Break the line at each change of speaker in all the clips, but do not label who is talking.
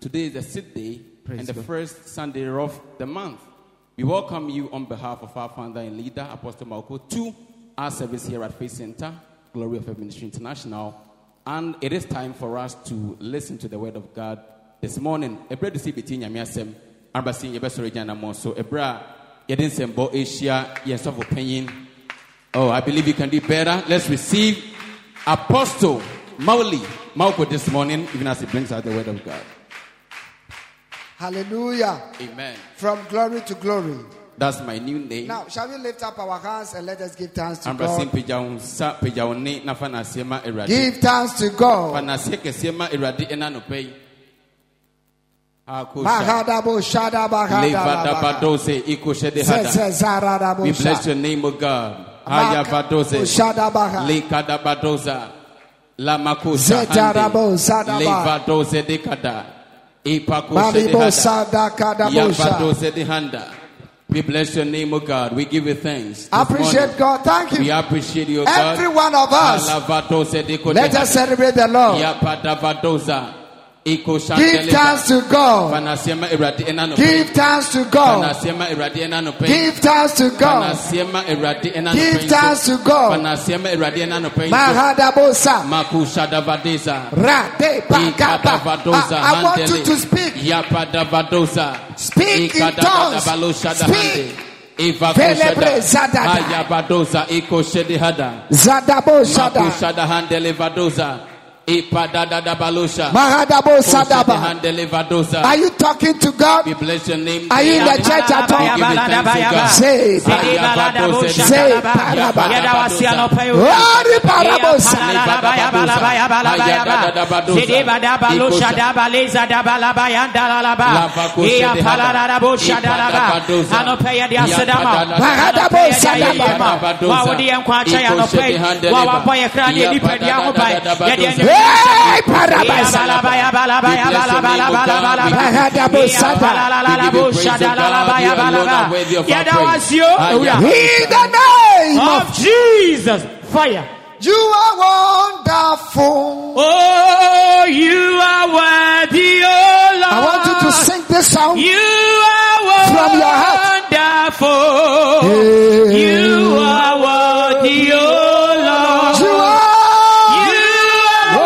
Today is the sixth day
Praise
and the
God.
first Sunday of the month. We welcome you on behalf of our founder and leader, Apostle Malco, to our service here at Faith Center, Glory of Faith Ministry International. And it is time for us to listen to the word of God this morning. Ebre de sibiti nyamiasem, arbasi yebesore jana mo. So ebra yedin sembo Asia, yes of opinion. Oh, I believe you can do better. Let's receive Apostle Mauli Mauko this morning, even as he brings out the word of God.
Hallelujah.
Amen.
From glory to glory.
That's my new name.
Now, shall we lift up our hands and let us give thanks to
Ambrasin
God?
Pejaun Sa Pejaun Ne Nafana Sema Eradi.
Give thanks to God.
Fanaseke Sema Eradi Enanopei. oh, Akosha.
Bahadabo
Levada
shadabahadababa.
Badose Iko Shedehada. We bless
Zezaradabosha.
your name, O God. Haya Badose.
Shadabaha.
Lekada badoza. Lamako
Zetarabo
shahande.
sadaba.
Levadoze dekada. Ipako
Malibo
shedehada.
sadakadabosha.
Yabadoze dehanda. We bless your name, O God. We give you thanks. this
Appreciate
morning.
God. Thank
We
you.
appreciate you, O God.
Every one of us.
Alavadoze deko
Let us
dehanda.
celebrate the Lord.
Yapada badoza. Iko
Give thanks to God.
Fanasema eradi enano.
Give thanks to God.
Fanasema eradi enano.
Give thanks to God.
Fanasema eradi enano.
Give thanks to God.
Fanasema eradi enano.
Mahadabosa.
Makushadavadeza.
Rade bagaba.
Ikadavadoza
I, I want you
handele.
to speak.
Yapadabadoza.
Speak in tongues.
Ikadavadabaloshandahande.
Speak.
Ivakushada.
Velebre zadada.
Ayabadoza ikoshedihada.
Zadabo shada.
Makushahandele vadoza. Ipadadadabalosha.
Mahadabo sadaba.
Koshedehandele vadoza.
Are you talking to
We
God?
bless your name.
Are you in the church at
We give
all?
you thanks, O God.
Say, Ah, Hey, in the name of
of Jesus. Fire.
you are wonderful.
Oh, you are worthy, oh Lord.
I want Ah. you to sing this song.
You are
From your
wonderful. You are worthy, oh Lord.
You are
You are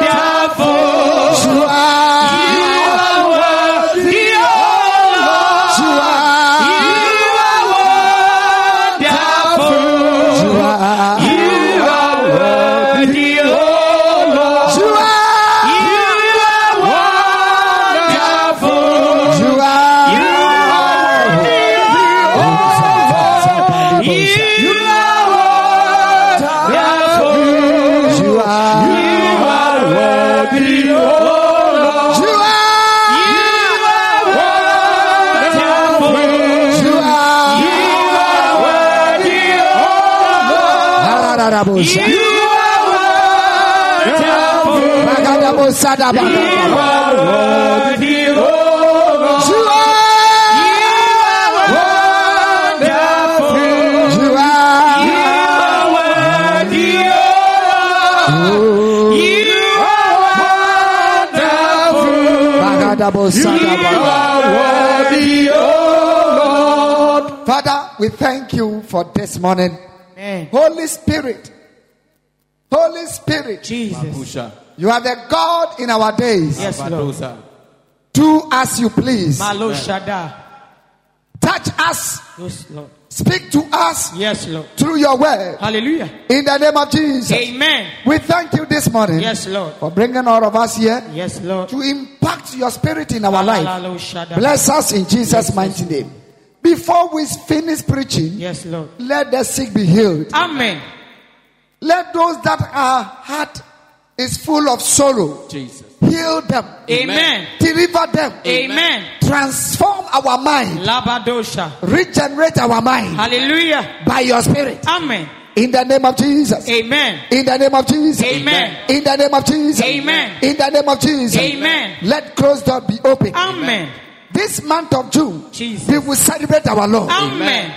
wonderful.
You are,
You are worthy,
you
oh Lord.
are,
You are wonderful.
you are,
You are worthy, oh Lord.
you are,
You are wonderful.
you are.
You are
You
worthy. You are
are, you are,
wonderful. You are worthy, oh Lord. You are wonderful.
you are.
You are worthy, oh Lord.
Hararabosha.
You are wonderful.
Bagadabosa
You
dababa.
are worthy, oh Lord.
You are, you are, Bagadabosa dababa. Father, we thank you for this morning. Holy Spirit, Holy Spirit,
Jesus.
Kusha.
you are the God in our days.
Yes, Lord.
Vadoza.
Do as you please.
Malo Shada.
Touch us.
Yes, Lord.
Speak to us
Yes, Lord.
through your word.
Hallelujah.
In the name of Jesus.
Amen.
We thank you this morning
Yes, Lord.
for bringing all of us here
Yes, Lord.
to impact your spirit in our life.
Malo Shada.
Bless us in Jesus' mighty name. Before we finish preaching,
Yes, Lord.
let the sick be healed.
Amen.
Let those that are heart is full of sorrow
Jesus.
heal them,
Amen.
deliver them,
Amen.
transform our mind,
Labadosha.
regenerate our mind
Hallelujah.
by your spirit.
Amen.
In the name of Jesus.
Amen.
In the name of Jesus.
Amen.
In the name of Jesus.
Amen.
In the name of Jesus.
Amen. Um.
Let closed door be open.
Amen.
This month of June,
Jesus.
we will celebrate our Lord.
Um. Amen.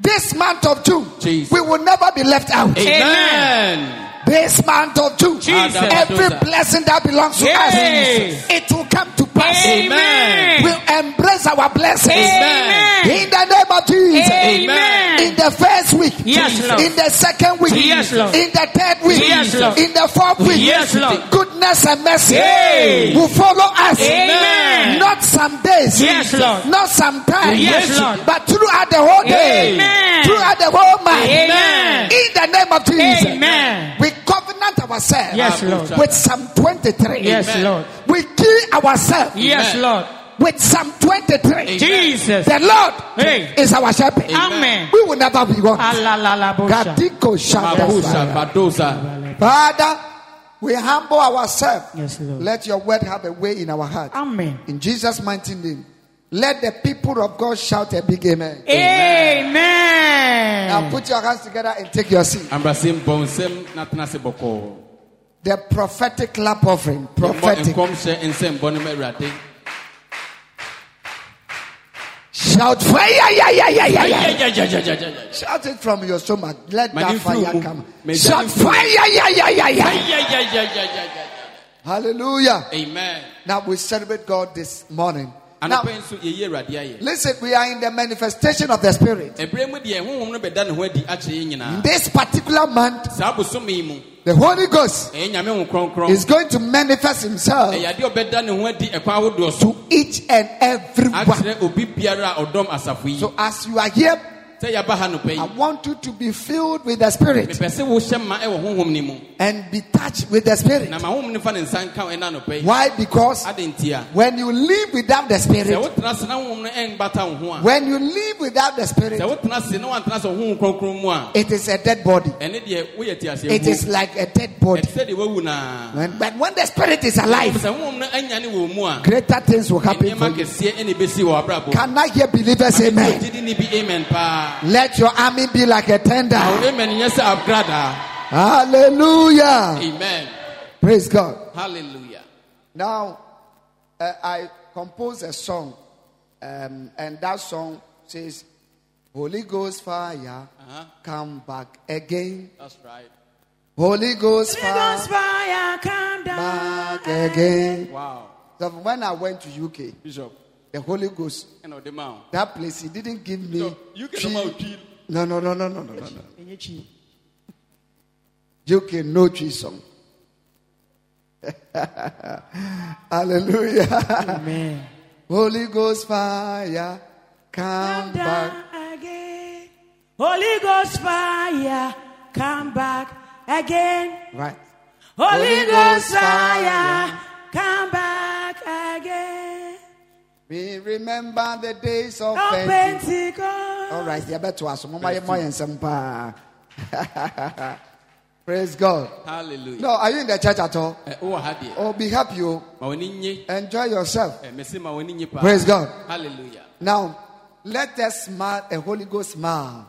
This month of June,
Jesus.
we will never be left out.
Amen.
Amen.
this month of June,
Jesus.
every blessing that belongs to us,
Yes.
it will come to pass.
Amen.
We'll embrace our blessings
Amen.
in the name of Jesus.
Amen.
In the first week,
Yes, Lord.
in the second week,
Yes, Lord.
in the third week,
Yes, Lord.
in the fourth week,
Yes, Lord.
goodness and mercy
Hey.
will follow us.
Amen.
Not some days,
Yes, Lord.
not some time,
Yes, Lord.
but throughout the whole day,
Amen.
throughout the whole month.
Amen.
In the name of Jesus,
Amen.
we covenant ourselves
Yes, Lord.
with Psalm 23.
Yes,
Amen.
Lord.
We kill ourselves
Yes,
Amen.
Lord.
with Psalm 23.
Jesus.
The Lord
Hey.
is our shepherd.
Amen.
We will never be one.
Alalalabosha.
Kadiko
Babosa,
Shabbat.
Badosa.
Father, we humble ourselves.
Yes, Lord.
Let your word have a way in our heart.
Amen.
In Jesus' mighty name, let the people of God shout a big amen. Now
Amen.
put your hands together and take your seat.
Ambrasim Bonsem Natanase Boko.
The prophetic clap offering. Prophetic.
Enkomse Ensem Bonim Erade.
Shout fire. Yeah, yeah, yeah, yeah, yeah.
Ja, ja, ja, ja, ja, ja.
Shout it from your stomach. Let
My
that
name flew,
fire
um,
come.
my
Shout
name flew.
fire. Yeah, yeah, yeah, yeah.
Ja, ja, ja, ja, ja, ja, ja.
Hallelujah.
Amen.
Now we celebrate God this morning. Now,
Anapa nso yɛyɛ Awurade ayɛ.
listen, we are in the manifestation of the Spirit.
Ɛberɛ mu deɛ honhom no bɛda ne ho adi akyerɛ yɛn nyinaa.
This particular month,
Saa bosome yi mu
the Holy Ghost
ɛyɛ Nyame ho kronkron.
is going to manifest Himself
Ɛyɛ adeɛ a ɔbɛda ne ho adi ɛkwan ahodoɔ so
to each and every one.
akyerɛ obi biara a ɔdɔm asafo yi.
So, as you are here,
Sɛ yɛaba ha nopɛ
I
yi,
want you to be filled with the Spirit
mepɛ sɛ wohyɛ ma ɛwɔ honhom no mu.
and be touched with the Spirit.
Na ma honhom no fa ne nsa nka wo ɛna nopɛ yi.
Why? Because
Adɛn nti a,
when you live without the
sɛ
Spirit,
wotena ase na honhom no ɛmbata wo ho a,
when you live without the Spirit,
sɛ wotena ase na woantena sɛ honhom kronkron mu a,
It is a dead body.
ɛne deɛ woyɛ teaseɛ
It is
mpo.
like a dead body.
Ɛte sɛ deɛ woawu naa.
When- but when the spirit is alive,
Sɛ honhom no anyane wɔ wo mu a,
greater things will happen for
nneɛma
you.
kɛseɛ ɛna ɛbɛsi wɔ w'abrabɔ.
Can I hear believers?
Ame
Amen.
gyedi ni bi amen paa.
Let your army be like a
Na
tender.
wo amen nyɛ sɛ abrada.
Hallelujah.
Amen.
Praise God.
Hallelujah.
Now, uh, I composed a song, um, and that song says, Holy Ghost fire,
Uh-huh.
come back again.
That's right.
Holy Ghost fire,
Holy Ghost fire, come down.
back again.
Wow.
So when I went to UK,
Bishop,
the Holy Ghost
ɛna ɔde maa wo.
That place, he didn't give me.
So, you can
tree.
come out with
No, no, no, no, no, no, no. no. You can know tree song. Hallelujah.
Amen.
Holy Ghost fire, come back.
again. Holy Ghost fire, come back again.
Right. Holy
Holy Ghost
Ghost fire,
fire, come back again.
We remember the days of
Oh,
Pentecost.
Pentecost.
All right, yeah, better ask. Mama, yeah, more and some pa. Praise God.
Hallelujah.
No, are you in the church at all?
Ɛ, wowɔ ha deɛ.
Oh, be happy. oh.
Ma w'ani nye.
Enjoy yourself.
Ɛ, mese ma w'ani nye paa.
Praise God.
Hallelujah.
Now, let us smile a Holy Ghost smile.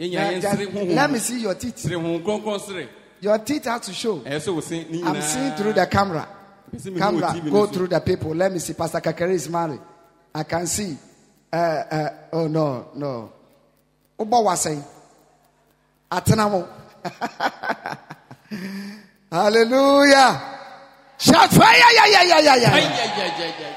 Yɛn
Now,
nyinaa yɛn
just-
sere honhom.
let me see your teeth.
Sere honhom kronkron sere.
Your teeth have to show.
Ɛyɛ sɛ wo se ne
I'm
nyinaa-
seeing through the camera.
Mese me hu wɔ
Camera,
TV no
go
so.
through the people. Let me see. Pastor Kakere is married. I can see. Uh, uh, oh, no, no. Ubo was saying. Atenamo. Hallelujah. Shout fire. Yeah, yeah, yeah, yeah, yeah,
Ai, ai,
yeah.
ai, ai, ai, ai.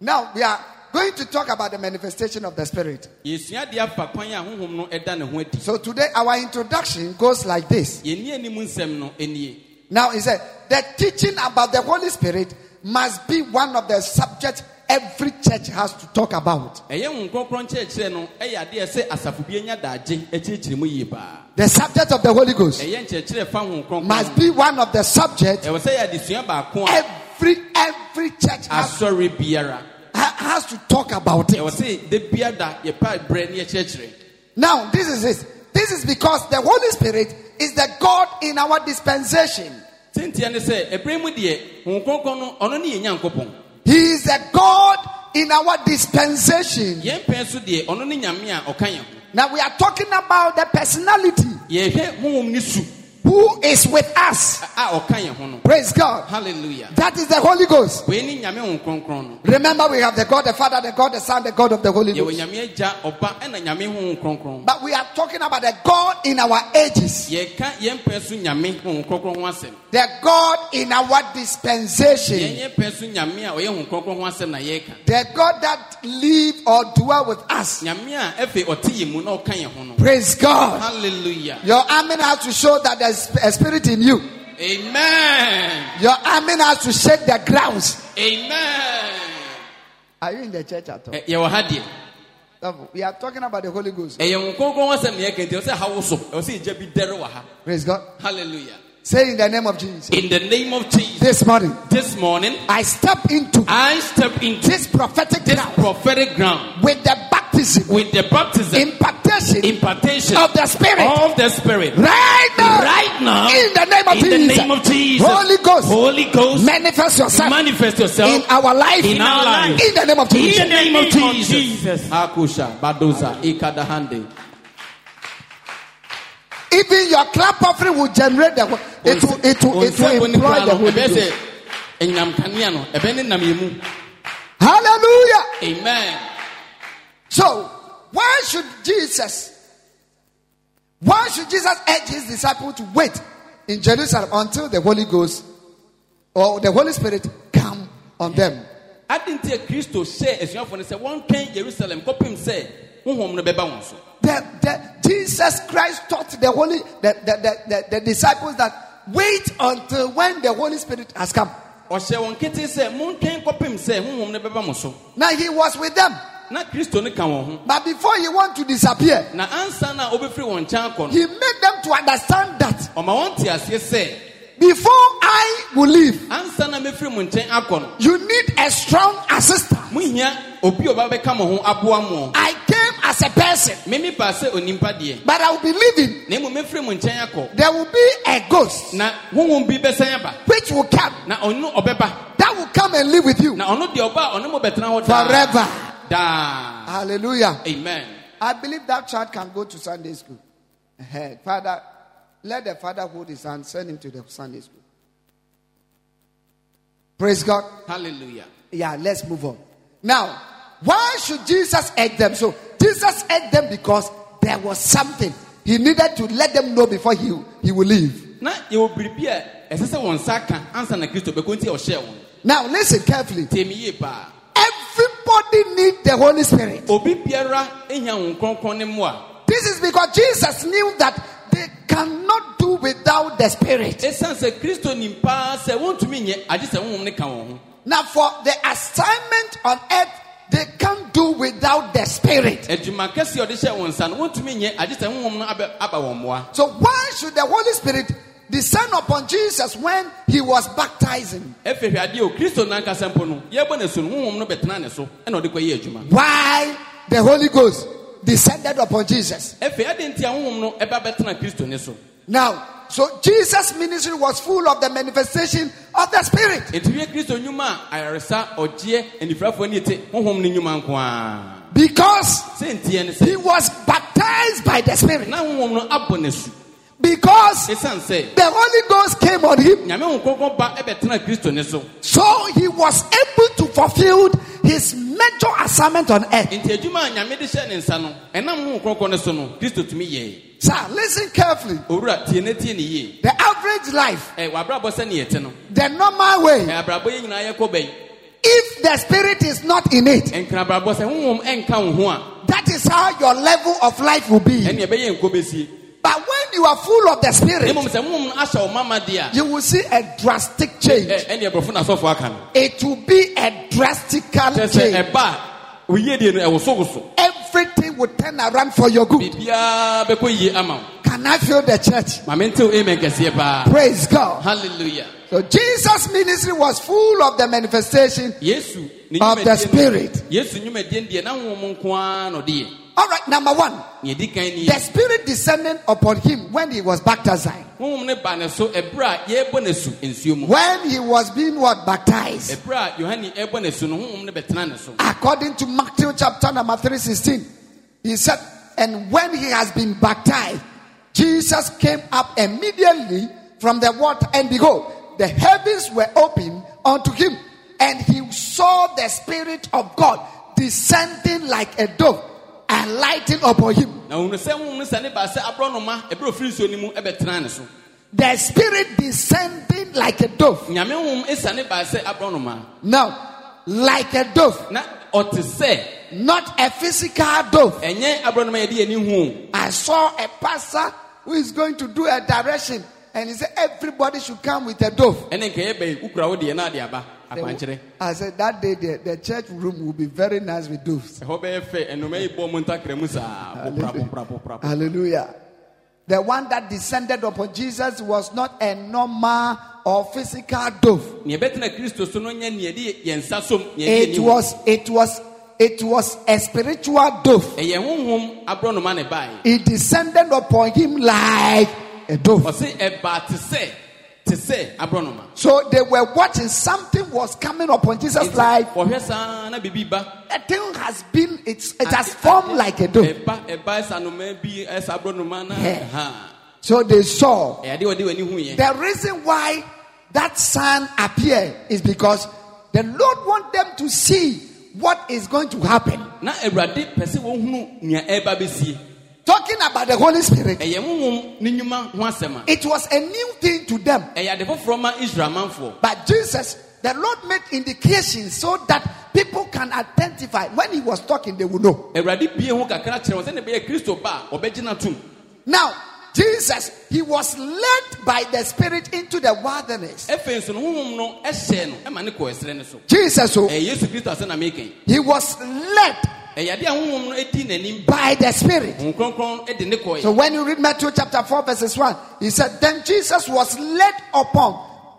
Now, we are going to talk about the manifestation of the Spirit.
Yɛsua deɛ afa kwan a honhom no ɛda ne ho adi.
So today our introduction goes like this.
Yɛnni anim nsɛm no, ɛnie.
Now he said the teaching about the Holy Spirit must be one of the subjects every church has to talk about.
Ɛyɛ honhom kronkron kyerɛkyerɛ no ɛyɛ adeɛ sɛ asafo bi anya daagye akyirikyiri mu yie paa.
The subject of the Holy Ghost
Ɛyɛ nkyerɛkyerɛ fa honhom kronkron.
must be one of the subjects
Ɛwɔ sɛ yɛ adesua baako a
every every church has,
asɔre Ah, biara.
ha- has to talk about
Ɛwɔ sɛ
it.
da biara da yɛpa brɛ ne yɛkyerɛkyerɛ.
Now this is it. This is because the Holy Spirit is the God in our dispensation.
Tintia ne sɛ ɛbrɛ mu deɛ honhom kronkron no ɔno ne yɛn Nyankopɔn.
He is the God in our dispensation.
Yɛn pɛn so deɛ ɔno ne nyame a ɔka yɛn ho.
Now we are talking about the personality
Yɛhwɛ honhom ne su.
who is with us.
a ɔka yɛn ho no
Praise God.
hallelujah
That is the Holy Ghost.
wei ne nyame ho kronkron no
Remember, we have the God the Father, the God the Son, the God of the Holy
yɛwɔ
Ghost.
nyame agya ɔba ɛna nyame ho kronkron
But we are talking about the God in our ages,
yɛka yɛn pɛ so nyame ho kronkron ho asɛm
the God in our
yɛn
dispensation,
yɛn pɛ so nyame a ɔyɛ ho kronkron ho asɛm na yɛreka
the God that live or dwell with us.
nyame a afei ɔte yɛn mu na ɔka yɛn ho no
Praise God.
hallelujah
Your amen has to show that there's a spirit in you.
amen
Your amen has to shake the grounds.
amen
Are you in the church at all?
Ɛ- Eh, yɛwɔ ha deɛ
Therefore, We are talking about the Holy Ghost.
ɛyɛ ho kronkron ho asɛm na yɛreka nti ɔsɛ ha wo so ɔsɛ yɛgya bi dɛre wɔ ha
Praise God.
hallelujah
Say in the name of Jesus.
in the name of jesus
This morning,
this morning
I step into
i step into
this prophetic
this
ground
prophetic ground
with the baptism,
with the baptism
impartation
impartation
of the Spirit.
of the Spirit
Right now.
right now
In the name of
in the
Jesus.
name of Jesus.
Holy Ghost.
Holy Ghost,
Manifest yourself
manifest yourself
in our life.
in our life.
In the name of
in the
Jesus.
name of
name of
Jesus.
Jesus.
Akusha, Badoza, Ikadahande.
Even your clap offering will generate the. It will, it will, it will employ the Holy Ghost.
Ebese, enyam kania no, ebe ne nam yemu.
Hallelujah.
Amen.
So, why should Jesus, why should Jesus urge his disciples to wait in Jerusalem until the Holy Ghost or the Holy Spirit come on them?
Adi nti Kristo hyɛ asuafoɔ no sɛ wɔntwɛn Jerusalem kɔpem sɛ honhom no bɛba wɔn so.
The, the, Jesus Christ taught the Holy, the, the, the, the, the disciples that wait until when the Holy Spirit has come.
Ɔhyɛ wɔn kete sɛ montwɛn kɔpem sɛ honhom no bɛba mo so.
Now he was with them,
Na Kristo no ka wɔn ho.
but before he went to disappear,
Na ansa na obɛfiri wɔn nkyɛn akɔ no,
he made them to understand that
ɔma wɔn te aseɛ sɛ
before I will leave,
ansa na mefiri mo nkyɛn akɔ no
you need a strong assistant.
mohia obi a ɔbɛbɛka mo ho aboa mo
I came as a person,
meme paa sɛ onimpa deɛ
but I will be leaving.
na mmom mefiri mo nkyɛn akɔ
There will be a ghost
na honhom bi bɛsan aba
which will come,
na ɔno ɔbɛba
that will come and live with you
na ɔno deɛ ɔba a ɔne mo bɛtena hɔ daa
forever.
daa
Hallelujah.
amen
I believe that child can go to Sunday school. Eh, Father, let the father hold his hand, send him to the Sunday school. Praise God.
hallelujah
Yeah, let's move on. Now, why should Jesus aid them? So, Jesus aid them because there was something he needed to let them know before he, he will leave.
na yɛwɔ biribi a ɛsɛ sɛ wɔn nsa ka ansa na kristo bɛkɔ nti a ɔhyɛɛ wɔn
Now, listen carefully.
tie me yie paa
Everybody needs the Holy Spirit.
obi biara ehia wɔn kronkron ne mmoa
This is because Jesus knew that they cannot do without the Spirit.
ɛsiane sɛ kristo nim paa sɛ wɔntumi nyɛ agye sɛ honhom no ka wɔn ho
Now, for the assignment on earth, they can't do without the Spirit.
adwuma kɛse a ɔde hyɛ wɔn nsa no wɔntumi nyɛ agye sɛ honhom no abɛ- aba wɔn mmoa
So, why should the Holy Spirit descend upon Jesus when he was baptizing?
ɛfɛ hwɛ adeɛ o kristo nankasa mpo no yɛbɔ ne so no honhom no bɛtena ne so ɛna ɔde kɔyɛ adwuma
Why the Holy Ghost descended upon Jesus?
ɛfɛ ɛde nti a honhom no ɛba bɛtena kristo ne so
Now, so Jesus' ministry was full of the manifestation of the Spirit.
enti hwɛ kristo nnwuma a ayaresa ɔgyeɛ anifirafoɔ ne te honhom no nnwuma nko ara
Because
sɛ ntiɛ ne
he
sɛ
was baptized by the Spirit.
na honhom no abɔ ne su
Because
ɛsiane sɛ
the Holy Ghost came on him,
nyame ho kronkron ba ɛbɛtena kristo ne so
so he was able to fulfill his major assignment on earth.
enti adwuma a nyame de hyɛ ne nsa no ɛnam honhom kronkron ne so no kristo tumi yɛe
Sir, listen carefully.
owura tie ne tie ne yie
The average life,
ɛ wabrabɔ sɛne yɛte no
the normal way,
ɛ abrabɔ yɛ nyinaa yɛkɔ bɛn
if the Spirit is not in it,
nkrabrabɔ sɛ honhom ɛnka wo ho a
that is how your level of life will be.
ɛne ɛbɛyɛ nkɔ bɛsie
But when you are full of the Spirit,
mmom sɛ mom no ahyɛ wo mama de a
you will see a drastic change.
ɛ- ɛne ɛborɔfo no asɔfoɔ aka no
It will be a
kyerɛ
drastical change.
sɛ ɛba a woyie deɛ no ɛwosowoso
Everything will turn around for your good.
biribiaa bɛkɔ yie ama wo
Can I feel the church?
ma mentew amen kɛseɛ paa
Praise God.
halleluya
So Jesus' ministry was full of the manifestation.
yesu ne
Of
nnwumadie
the
no-
Spirit.
yesu nnwumadie no deɛ na honhom nko ara na ɔde yɛ
All right, number one,
neɛ ɛdi kan ni
the Spirit descended upon him when he was baptized.
honhom no ba ne so ɛberɛ a yɛbɔ ne su nsuo mu
When he was being what baptized,
ɛberɛ a yohane ɛbɔ ne su no honhom no bɛtena ne so
according to Matthew chapter number three sixteen, he said, "And when he has been baptized, Jesus came up immediately from the water, and behold, the heavens were opened unto him, and he saw the Spirit of God descending like a dove and lighting upon him.
na ohun sɛ ohun no sɛ ne ba sɛ aborɔnoma ebere ofiri nsuo no mu ɛbɛtena ne so
The Spirit descending like a dove.
nyame ohun esa ne ba sɛ aborɔnoma
Now, like a dove,
na ɔte sɛ
not a physical dove.
ɛnyɛ aborɔnoma yɛde yɛn ni hu
I saw a pastor who is going to do a direction, and he said, Everybody should come with a dove.
o ɛne nkɛyɛ bɛyi ukura wo deɛ na ade aba akwankyerɛ
I said, That day, the, the church room will be very nice with doves.
ɛhɔ bɛyɛ fɛ ɛnoma yi bɔ mu ntakra mu saa popra popra popra popra.
Hallelujah. The one that descended upon Jesus was not a normal or physical dove.
nea ɛbɛtena kristo so no nyɛ nea yɛde yɛn nsa som nea yɛde yɛn
It
ni hu
was, it was, it was a spiritual dove.
ɛyɛ honhom aborɔnoma ne bae
It descended upon him like a dove.
ɔse ɛbaa te sɛ te sɛ aborɔnoma
So they were watching. Something was coming upon Jesus like
ɔhwɛ saa na biribi ba
a thing has been. It's, it has formed like a dove.
ɛba ɛba ɛsa noma bi ɛsa aborɔnoma na
Yeah.
ha
So they saw.
ɛyade wɔde w'ani hu yɛ
The reason why that sign appeared is because the Lord want them to see what is going to happen.
na awurade pɛ sɛ wɔhunu nea ɛba bɛsie
Talking about the Holy Spirit,
ɛyɛ honhom ne nnwuma ho asɛm a
it was a new thing to them.
ɛyɛ ade foforɔ ma israel manfoɔ
But Jesus, the Lord made indications so that people can identify. When he was talking, they would know.
awurade bie ho kakra kyerɛ wɔn sɛne ɛbɛyɛ kristo ba a ɔbɛgyina tom
Now, Jesus, he was led by the Spirit into the wilderness.
afei nso no honhom no ɛhyɛɛ no ɛma ne kɔɔ ɛserɛ no so
Jesus, oh,
ɛyɛ yesu kristo asɛ na meekan
he was led
ɛyɛ ade a honhom no ɛdi n'anim
by the Spirit.
honhom kronkron ɛde ne
So
kɔɔɛ
when you read Matthew chapter 4, verses 1, he said, Then Jesus was led upon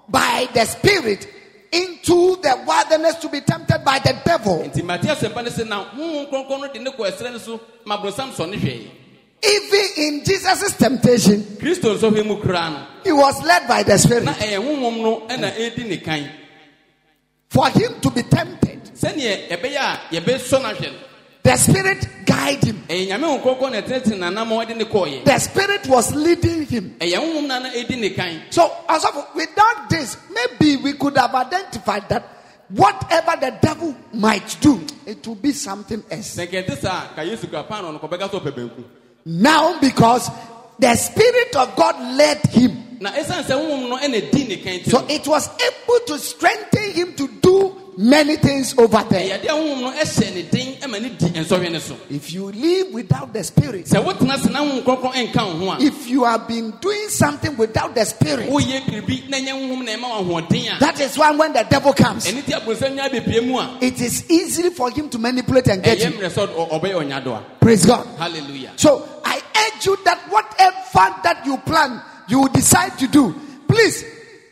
by the Spirit into the wilderness to be tempted by the devil.
nti mate asɛmpa no sɛ na honhom kronkron no de ne kɔɔ ɛserɛ no so ma borɔsam sɔ ne hwɛeɛ
Even in Jesus' temptation,
kristo nsɔ hwɛ mu koraa no
he was led by the Spirit.
na ɛyɛ honhom no ɛna ɛdi ne kan
For him to be tempted,
sɛneɛ ɛbɛyɛ a yɛbɛsɔ no ahwɛ no
the Spirit guided him.
ɛyɛ nyame ho kɔkɔ na ɛtenetene nanam a ɔde ne kɔɔyɛ
The Spirit was leading him.
ɛyɛ honhom no ana ɛdi ne kan
So, as of, without this, maybe we could have identified that whatever the devil might do, it will be something else.
sɛ nkɛnte saa a, ka yesu kura paa na ɔno kɔbɛka sɛ ɔpɛ banku
Now, because the Spirit of God led him,
na ɛsiane sɛ honhom no ɛna ɛdi ne kan nti
so
no
it was able to strengthen him to do many things over there.
ɛyɛ adeɛ a honhom no ɛhyɛ ne den ɛma ne di nsɔhwɛ ne so
If you live without the Spirit,
sɛ wotena se na honhom kronkron ɛnka wo ho a
if you have been doing something without the Spirit,
woyɛ biribi na ɛnyɛ honhom na ɛma wo ahoɔden a
that is why when the devil comes,
ɛno nti aborɔsam nya abɛpie mu a
it is easy for him to manipulate and get
ɛyɛ
you.
mmerɛ sɛ ɔd- ɔ- ɔbɛyɛ ɔnyadoa
Praise God.
halleluya
So I urge you that whatever that you plan, you decide to do, please,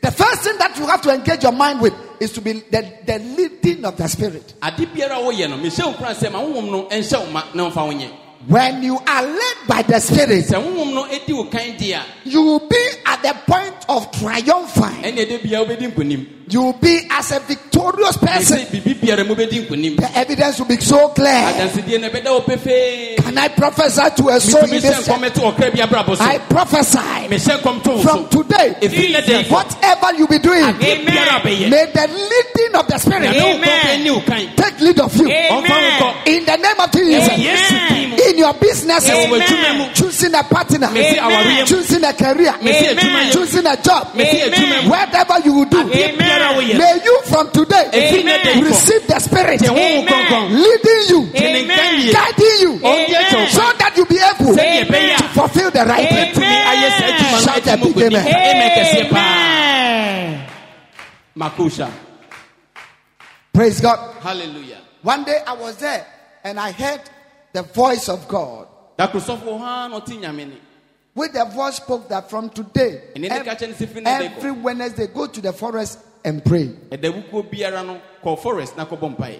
the first thing that you have to engage your mind with is to be the, the leading of the Spirit.
ade biara a woyɛ no mehyɛ wo kora sɛ ma honhom no ɛnhyɛ wo ma na mfa wo nyɛ
When you are led by the Spirit,
sɛ honhom no ɛdi wo kan deɛ a
you will be at the point of triumphing.
ɛne ɛda biara wobɛdi nkonim
You will be as a victorious person.
ɛsɛ biribi biara mu wobɛdi nkonim
The evidence will be so clear.
adansedie no ɛbɛda wo pefee
Can I prophesy to a soul
metumi
in
hyɛ
this? church?
nkɔm to ɔkra bi abrabɔ
I
so
prophesy
mehyɛ nkɔm to wo
from
so
today.
ɛfiri nɛ dɛn
Whatever you be doing,
adeɛ biara a bɛyɛ
May the leading of the Spirit
nyame wo
Amen.
kɔkɔ ni wo kan
take lead of you.
Amen.
ɔmfa wo nkɔ
In the name of
ɛwɔ
Jesus.
yesu din mu
In your business,
ɛwɔ
Amen.
w'adwuma mu
choosing a partner,
Mesi awareɛ mu.
choosing a career,
Mesi adwuma yɛ.
choosing a job,
Mesi adwuma mu.
whatever you will do,
adeɛ biara a woyɛ
may you from
ɛfiri
today
nɛ dɛn kɔ
receive the Spirit
deɛ honhom
Amen.
kronkron
leading you,
de ne nkan yie
guiding you,
Ɔndeɛ kyɛ wo
so
so
that you be able
Sɛdeɛ ɛbɛyɛ
to
a-
fulfill the right thing.
ɛtumi ayɛ saa adwuma no
Shout a
agye mu
big
kɔdi
amen.
amen kɛseɛ paa
Amen.
makosha
Praise God.
halleluya
One day I was there and I heard the voice of God.
dakorosɔfoɔ hɔ ara na ɔte nyame ne
With the voice spoke that from today,
And then they catch and see if they go.
every Wednesday, go to the forest and pray.
ɛdawukuo biara no kɔ forest na kɔbɔ mpaeɛ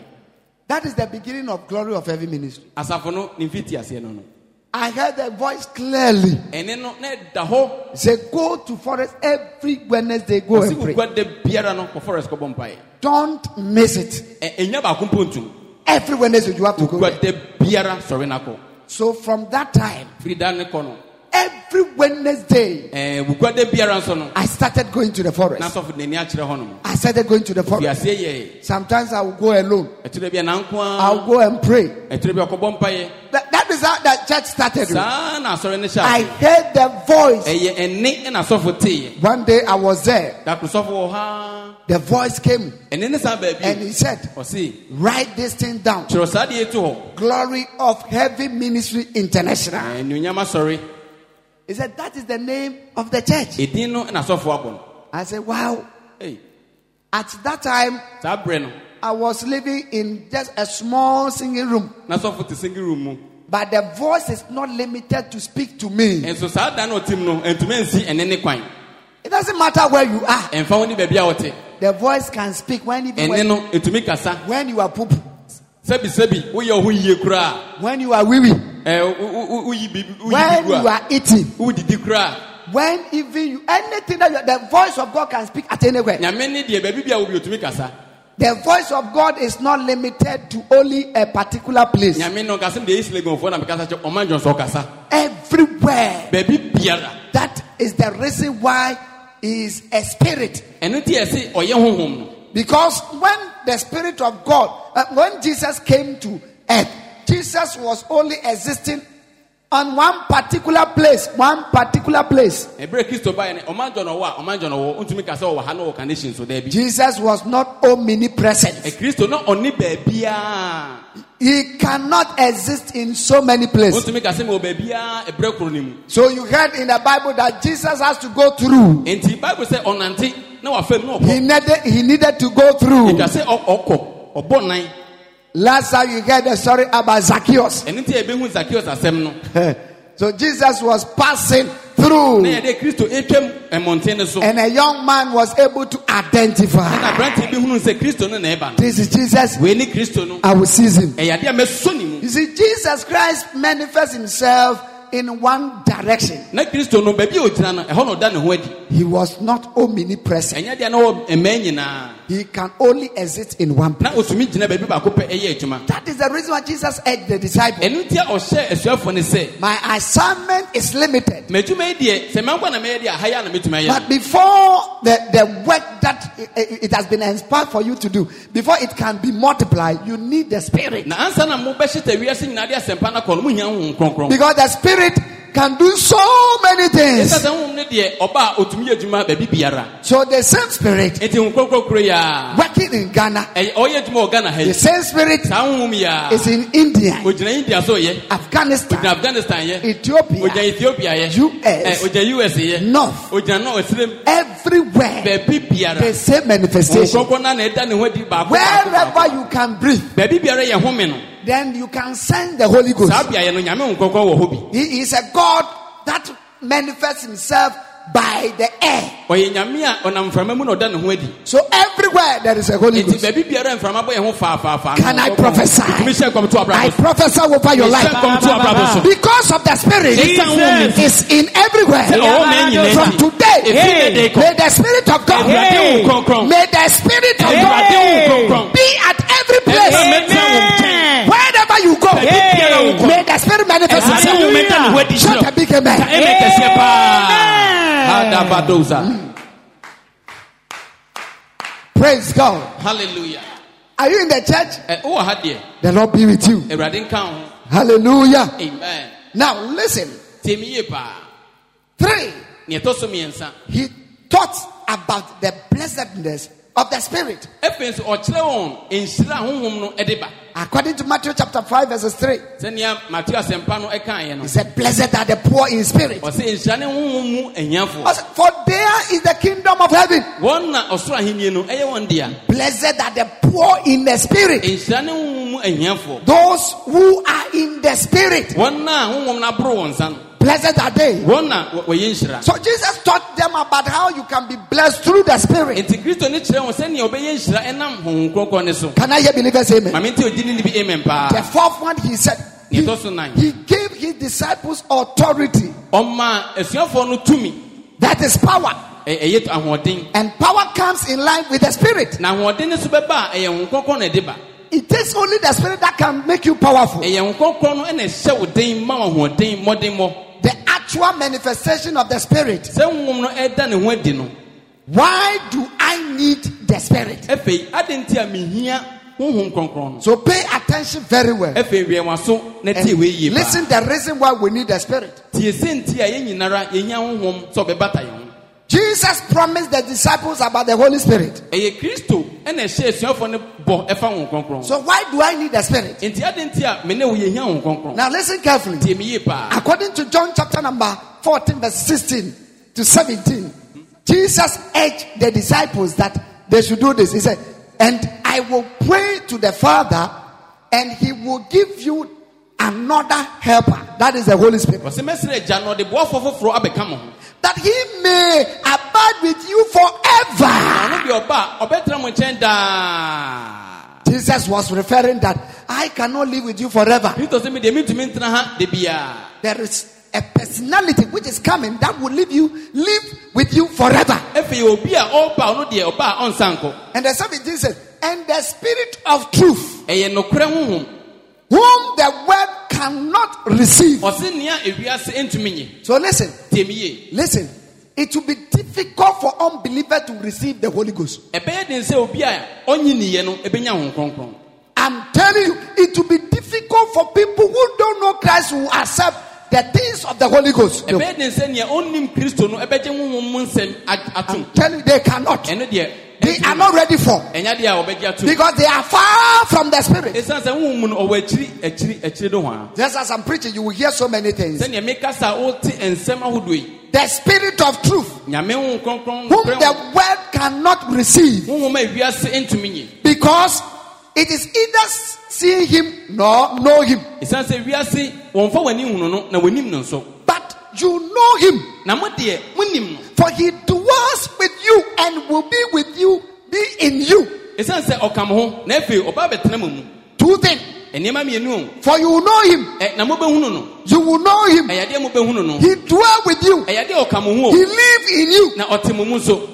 That is the beginning of glory of every ministry.
asafo no ne mfiti aseɛ no no
I heard the voice clearly
ɛne no na ɛda hɔ
say, "Go to forest every Wednesday, go
ɔse
and pray.
wokua da biara no kɔ forest kɔbɔ mpaeɛ
Don't miss it.
Ɛ- ɛnya baako mpo ntum
Every Wednesday you have to go."
wokua
There.
da biara sɔre no akɔ
So from that time,
firi da ne kɔ no
every Wednesday,
ɛɛ wuguade biara nso no
I started going to the forest.
n'asɔfo n'ani akyerɛ hɔ nom
I started going to the forest.
fiase yɛ
Sometimes I will go alone.
ɛtwerɛ bi a nankoa
I'll go and pray.
ɛtwerɛ bi a ɔkɔbɔ mpaeɛ
That, that is how that church started. oh.
saa na asɔre no hyɛ
I
ase.
heard the voice.
ɛyɛ ɛne na asɔfo teeɛ
One day I was there.
dakorosɔfo wɔ ha
The voice came
ɛne ne saa
and
baabi
he said,
ɔse
Write this thing down.
kyerɛ saa deɛ to hɔ
Glory of Heavy Ministry International.
Ɛɛ, Ah, nnuonyam asɔre
He said, That is the name of the church.
ɛdin no na asɔfo abɔ no
I said, Wow.
Ei,
At that time,
saa berɛ no
I was living in just a small singing room.
na asɔfo te single room mu
But the voice is not limited to speak to me.
ɛnso saa da na ɔtim no ɛntumi nsi ɛne ne kwan
It doesn't matter where you are.
ɛmfa wo ne baabi a wɔte
The voice can speak when even
ɛne
when,
no ɛtumi kasa
when you are poop,
sɛbisɛbi woyɛ wo ho yie koraa
when you are wee wee,
ɛɛ wo- wo- wo- woyi bibi woyi
when you
bibi
are eating,
a wodidi koraa
when even you anything that you, are- the voice of God can speak at anywhere.
nyame ne deɛ baabi bi a wobi ɔtumi kasa
The voice of God is not limited to only a particular place.
nyame no kasɛm deɛ ɛsi legonfoɔ na mekasa kyɛ ɔma dwon sɛ ɔkasa
Everywhere.
baabi biara
That is the reason why he is a spirit.
ɛno nti ɛse ɔyɛ honhom no
Because when the Spirit of God, uh, when Jesus came to earth, Jesus was only existing on one particular place, one particular place.
ɛberɛ kristo baɛ no ɔma dwon ɔwɔ a ɔma dwon ɔwɔ wontumi kasa ɔwɔ ha na ɔwɔ kanehyin so daabi
Jesus was not omnipresent.
kristo na ɔne baabiaa
He cannot exist in so many places.
wontumi kasa ma wɔ baabiaa ɛberɛ koro no mu
So you heard in the Bible that Jesus has to go through.
enti bible sɛ ɔnante na wafam na
He
ɔkɔ
needed, he needed to go through.
ɛtwa sɛ ɔ- ɔkɔ ɔbɔ nan
Last time you heard the story about Zacchaeus.
ɛno nti yɛbɛhu sakeos asɛm no
so Jesus was passing
na
through,
yɛde kristo ɛtwam mmɔnten no so na
and a young man was able to identify.
aberante bi hunu sɛ kristo no na ɛba no
This is Jesus.
wei ne kristo no
I will seize him.
ɛyɛ adeɛ a mɛsɔ ne mu
You see, Jesus Christ manifests himself in one direction.
na kristo no baabi a ɔgyina no ɛhɔ na ɔda ne ho adi
He was not omnipresent.
ɛnyɛ deɛ na ɔwɔ mmaa nyinaa
He can only exist in one place.
na ɔtumi gyina baabi baako pɛ ɛyɛ adwuma
That is the reason why Jesus asked the disciples,
ɛno nti a ɔhyɛ asuafoɔ no sɛ
My assignment is limited.
madwuma yi deɛ sɛ mankwa na mɛyɛ deɛ aha yi a na mɛtumi ayɛ
But
no.
before the, the work that i- i- it has been inspired for you to do, before it can be multiplied, you need the Spirit.
na ansa na mobɛhyɛ ta wiase nyinaa de asɛmpa no kɔ no muhia honhom kronkron
Because the Spirit can do so many
ɛsɛ
things.
sɛ honhom no deɛ ɔba a ɔtumi yɛ adwuma baabi biara
So the same Spirit
enti honhom kronkron koro yi a
working in Ghana,
ɛyɛ- ɔyɛ adwuma wɔ ghana ha
the
yi
same Spirit
saa honhom yi a
is in India,
ogyina india so yɛ
Afghanistan,
ogyina afghanistan yɛ ogyina
Ethiopia,
ethiopia yɛ
US.
Ɛ, ogyina us yɛ
North,
ogyina na ɔsrem
everywhere,
baabi
the
biara
same
honhom
manifestation.
kronkron na na ɛda ne ho adi baako baako baako.
Wherever you can breathe,
baabi biara yɛ home no
then you can send the Holy
saa
Ghost.
beaeɛ no nyame honhom kronkron wɔ hɔ bi
He is a God that manifests himself by the air.
ɔyɛ nyame a ɔnam mframa mu na ɔda ne ho adi
So everywhere there is a Holy
nti
Ghost.
baabi biara mframa bɔ yɛ ho faafaafa
Can I prophesy?
tumi hyɛ kɔm to
I
abrabɔ so
prophesy over your
hyɛ
life.
kɔm to abrabɔ so
Because of the Spirit
Jesus.
is in
ɛwɔ
everywhere.
ma nyinaa
From
adi
today,
Hey.
may the Spirit of God,
awurade wo kronkron
may the Spirit of God
awurade wo kronkron
be at every
ɛna
place.
mɛtena wo nkyɛn
Wherever you go,
biara wo kɔ.
may the Spirit manifest
ɛsɛ sɛ wo
itself.
mɛta ne ho adi
Shout a
kyerɛ
big amen.
ɛmɛ kɛseɛ paa
Amen.
hadabadosa
Praise God.
halleluya
Are you in the church?
Ɛ, wowɔ ha deɛ
The Lord be with you.
awurade nka wo ho
Hallelujah.
amen
Now listen.
temi yie paa
Three,
neɛ ɛtɔ so mmiɛnsa
he taught about the blessedness of the Spirit.
afei nso ɔkyerɛ wɔn nhyira a honhom no de ba
According to Matthew chapter 5, verses 3,
sɛnea mateo asɛmpa no ɛkaeɛ no
he said, Blessed are the poor in spirit.
ɔsɛ nhyira ne honhom mu
I
anyafoɔ
said, For there is the kingdom of heaven.
wɔn na ɔsoro ahenni no ɛyɛ wɔn dea
Blessed are the poor in the spirit.
nhyira ne honhom mu ahiafoɔ
Those who are in the spirit,
wɔn na honhom no aboro wɔn nsa no
blessed are they.
wɔn na wɔ- wɔyɛ nhyira
So Jesus taught them about how you can be blessed through the spirit.
enti kristo ne kyerɛ wɔn sɛnea ɔbɛyɛ nhyira ɛnam honhom kronkron ne so
Can I hear believers? Amen.
mame nti ogyini ne bi amen
The
paa
fourth one, he said,
neɛ
he,
ɛtɔ so nan
he gave his disciples authority.
ɔmaa asuafoɔ no tumi
That is power.
ɛ- ɛyɛ ahoɔden
And power comes in line with the spirit.
na ahoɔden no so bɛba a ɛyɛ honhom kronkron na ɛde ba
It takes only the spirit
Eh.
that can make you powerful.
ɛyɛ honhom kronkron no ɛna ɛhyɛ wo den ma wo ahoɔden mmɔdemmɔ
The actual manifestation of the Spirit.
sɛ nwom no ɛda ne ho adi no
Why do I need the Spirit?
afei adɛn nti a mehia honhom kronkron no
So pay attention very well.
afei wiɛ waso na
And
tie wei yie
listen, the reason why we need the Spirit.
tie sɛ nti a yɛn nyinara yɛnya honhom sɛ ɔbɛbata yɛn ho
Jesus promised the disciples about the Holy Spirit.
ɛyɛ kristo ɛna ɛhyɛ asuafoɔ no bɔ ɛfa honhom kronkron
So why do I need the Spirit?
nti adɛn nti a me ne wo yɛhia honhom kronkron
Now listen carefully.
tie me yie paa
According to John chapter number 14, verse 16 to 17, Jesus urged the disciples that they should do this. He said, And I will pray to the Father, and he will give you another helper. That is the Holy Spirit.
wɔsɛ mɛsrɛ agya no ɔde boafoɔ foforɔ abɛka mo ho
That he may abide with you forever.
ɔno deɛ ɔba a ɔbɛtena mo nkyɛn daa
Jesus was referring that I cannot live with you forever.
kristo sɛ medeɛ mentumi ntena ha da biaa
There is a personality which is coming that will leave you, live with you forever.
afei obi a ɔreba ɔno deɛ ɔba a ɔnsa nkɔ
And the 17 says, and the spirit of truth,
ɛyɛ nokorɛ honhom
whom the world cannot receive.
ɔse nea ewiase ntumi nye
So listen,
tie me yie
listen. It will be difficult for unbeliever to receive the Holy Ghost.
ɛbɛyɛ den sɛ obi a ɔnyiniiɛ no ɛbɛnya honhom kronkron
I'm telling you, it will be difficult for people who don't know Christ who accept the things of the Holy Ghost. No.
ɛbɛyɛ den sɛ nea ɔnnim kristo no ɛbɛgye honhom mu nsɛm ag- atom
I'm telling you, they cannot.
ɛno deɛ
They
ɛntumi.
are not ready for
ɛnyɛ deɛ a wɔbɛgye atom
because they are far from the spirit.
ɛsiane sɛ honhom mu no ɔwɔ akyiri akyiri akyiri do ho a
Just as I'm preaching, you will hear so many things.
sɛnea mekasa a wote nsɛm ahodoɔ yi
The spirit of truth,
nyame honhom kronkron
whom
nokorɛ honhom-
the world cannot receive.
honhom a ewiase ntumi nye
Because it is either seeing him nor know him.
ɛsiane sɛ wiase wɔmfa w'ani hunu no na w'anim no nso
But you know him,
na mo deɛ monim no
for he dwells with you and will be with you, be in you.
ɛsiane sɛ ɔka mo ho na afei ɔba bɛtena mo mu
Two things.
nneɛma mmienu
For you will know him,
o ɛ, na mobɛhunu no
you will know him.
ɛyɛ adeɛ mobɛhunu no
He dwells with you,
ɛyɛ adeɛ a ɔka mo ho
he
o
lives in you.
na ɔte mo mu nso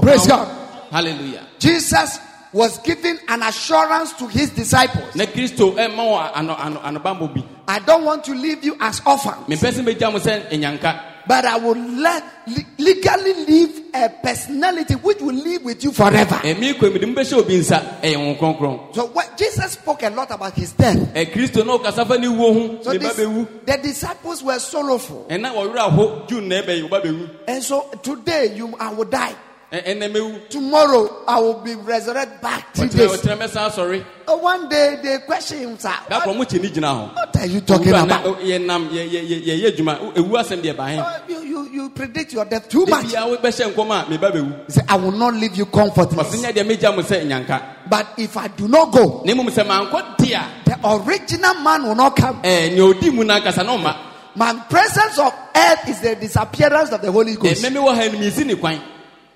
Praise God.
halleluya
Jesus was giving an assurance to his disciples.
na kristo ɛma wɔ ano- ano- anobambɔ bi
I don't want to leave you as orphans,
mepɛ sɛ mɛgya mo sɛ ɛnyanka
but I will le- le- legally leave a personality which will live with you forever.
ɛmi kɔ mede mobɛhyɛ obi nsa ɛyɛ wo kronkron
So what Jesus spoke a lot about his death.
ɛ E, kristo na ɔkasa fa ne wuo ho
So
ne ba
this-
bɛwu
the disciples were sorrowful.
ɛna wɔwerɛ hɔ june na ɛbɛyi woba bɛwu
And so today you I will die.
Ɛ- ɛnɛ mɛwu
Tomorrow I will be resurrected back three
ɔkyerɛ
days.
ɔkyerɛ mɛsa asɔre
Oh, One day they question him, sir. What,
gakorɔ mo kyɛ ne gyina hɔ
what are you talking
Owura na,
about?
ɛ- yɛnam yɛ- yɛ- yɛ- yɛyɛ adwuma ɛwu asɛm deɛ bae
Oh, you, you, you predict your death too much.
ebia wobɛhyɛ nkɔm a meba bɛwu
He said, I will not leave you comfortless.
ɔsenya deɛ megya mo sɛ nyanka
But if I do not go,
na mmom sɛ mankɔ de a
the original man will not come.
eh, nea ɔdi mu no ankasa na E, ɔma
My presence of earth is the disappearance of the Holy Ghost.
ɛmɛ me wɔ ha no mesi ne kwan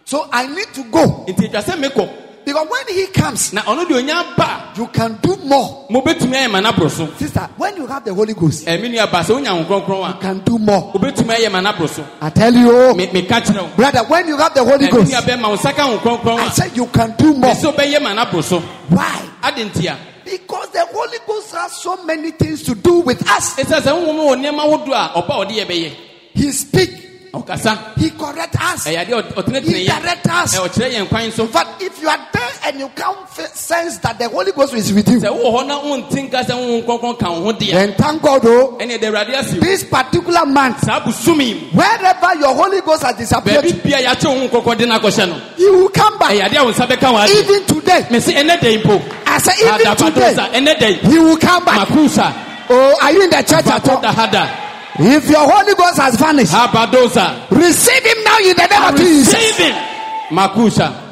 So I need to go.
nti atwa sɛ mekɔ
Because when he comes,
na ɔno deɛ ɔnya ba
you can do more.
a mobɛtumi ayɛ ma naboro so
Sister, when you have the Holy Ghost,
ɛme nua ba sɛ wonya ho
you
kronkron
can do more.
a wobɛtumi ayɛ ma naboro so
I tell you, oh,
Me- meka kyerɛ wo
brother, when you have the Holy
ɛme
Ghost,
nua bɛma wo saka ho
I
kronkron a
said you can do more.
ɛsɛ wobɛyɛ ma naboro so
Why?
ade nti a
Because the Holy Ghost has so many things to do with us.
ɛsɛ sɛ wohom wɔ nneɛma ahodoɔ a ɔba a ɔde yɛ bɛyɛ
He speak,
ɔkasa
he correct us,
ɛyɛ adeɛ
he
ɔtenetene yɛ
direct us. In
ɔkyerɛ yɛn kwan so
fact, if you are there and you can't fe- sense that the Holy Ghost is with you,
sɛ wowɔ hɔ na wonte nka sɛ woho kronkron ka wo ho deɛ
then thank God, oh,
ɛne ɛda awurade ase wo.
this particular month,
saa bosome yi mu
wherever your Holy Ghost has disappeared,
baabi bia yɛakye wo ho nkɔkɔ de no akɔhyɛ no
he will come
ɛyɛ
back.
adeɛ a wo nsa bɛka wɔ ade
Even today,
mese ɛnɛ dɛn mpo
I say, even
Adabado
today,
sa ɛnɛ dɛn
he will come back.
mako sa
Oh, are you in the church at all?
dahada
If your Holy Ghost has vanished,
habado sa
receive him now in the name of Jesus.
saving mako sa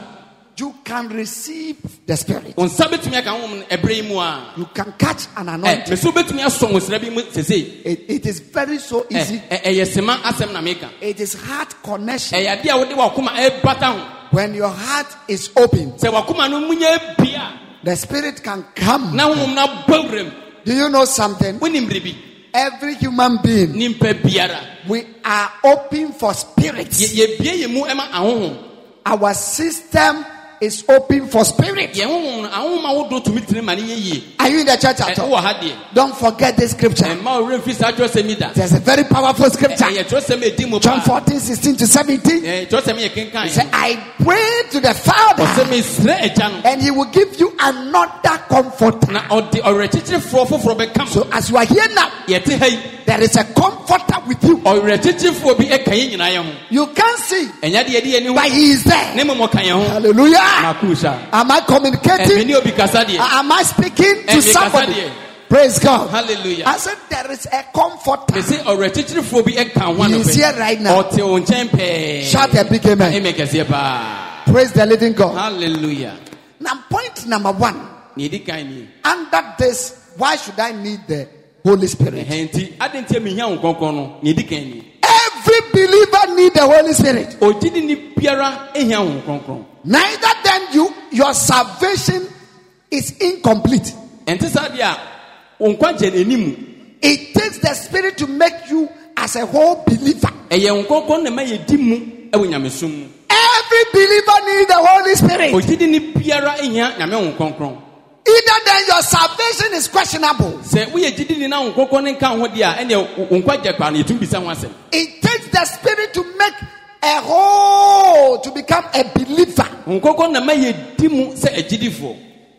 You can receive the Spirit.
wo nsa bɛtumi aka wom no ɛberɛ yi mu a
You can catch an
ɛ
anointing.
mese wobɛtumi asɔ wo nsra bi mu sesei
It, it is very so easy.
Ɛ- ɛ- ɛyɛ sema asɛm na meka
It is heart connection.
ɛyɛ adeɛ a wode wakoma ɛbata ho
When your heart is open,
sɛ wakoma no munya bi a
the Spirit can come.
na honhom no aba wura mu
Do you know something?
wonim biribi
Every human being,
nimpa biara
we are open for spirits.
yɛbie yɛ mu ma ahohom
Our system is open for spirit.
yɛn honhom no ahohom ahodoɔ tumi tene ma ne yɛ yie
Are you in the church
Ɛ,
at all?
wowɔ ha deɛ
Don't forget this scripture.
ɛmma owurɛ mfiri saa kyerɛsɛm yi da Ɛ-
There's a very powerful scripture.
ɛyɛ kyerɛsɛm a ɛdi mu
John
paa
14, 16 to 17.
Ɛ, kyerɛsɛm yɛ
He said,
kenkan
I pray to the Father
ɔsɛ mesrɛ agya no
and he will give you another comforter.
na ɔde ɔwerɛkyekyerefoɔ foforɔ bɛka mo
So as you are here now,
yɛte ha yi
there is a comforter with you.
ɔwerɛkyekyerefoɔ bi ɛka yɛ nyinaa yɛ ho
You can't see,
ɛnya de yɛde yɛni ho
but he is
ne
there.
mmom ɔka yɛn ho
Hallelujah.
makoo sa
Am I communicating?
ɛmene obi kasa deɛ
Am I speaking to
Ẹ̀mí kasa
somebody?
díẹ̀.
Praise God.
halleluya
I said there is a comforter.
mese ɔwerɛkyekyerefoɔ bi ɛka ho
He is here
anɔpɛ
right now.
ɔte wo nkyɛn pɛɛ
Shout a big amen.
ɛmɛ kɛseɛ paa
Praise the living God.
halleluya
Now, point number one.
ne ɛdi kan nie
Under this, why should I need the Holy Spirit?
ɛhɛn nti adi nti mi hiã wo kɔnkɔn no ne ɛdi kan nie
Every believer need the Holy Spirit.
ogyinini biara ehia wo kɔnkɔn
Neither then you your salvation is incomplete.
ɛnti saa deɛ a wo nkwagye n'anim
It takes the Spirit to make you as a whole believer.
ɛyɛ wo kɔnkɔn na ma yɛ di mu ɛwɔ nyamesom mu
Every believer need the Holy Spirit.
ogyinini biara ehia nyame wo kɔnkɔn
Either then your salvation is questionable.
sɛ woyɛ gyidini na wo kɔnkɔn ne nka ho deɛ a ɛnɛ wo- wo nkwagye kora no yɛtum bisa ho asɛm
It takes the spirit to make a whole to become a believer.
wo kɔnkɔn na ma yɛ di mu sɛ agyidifoɔ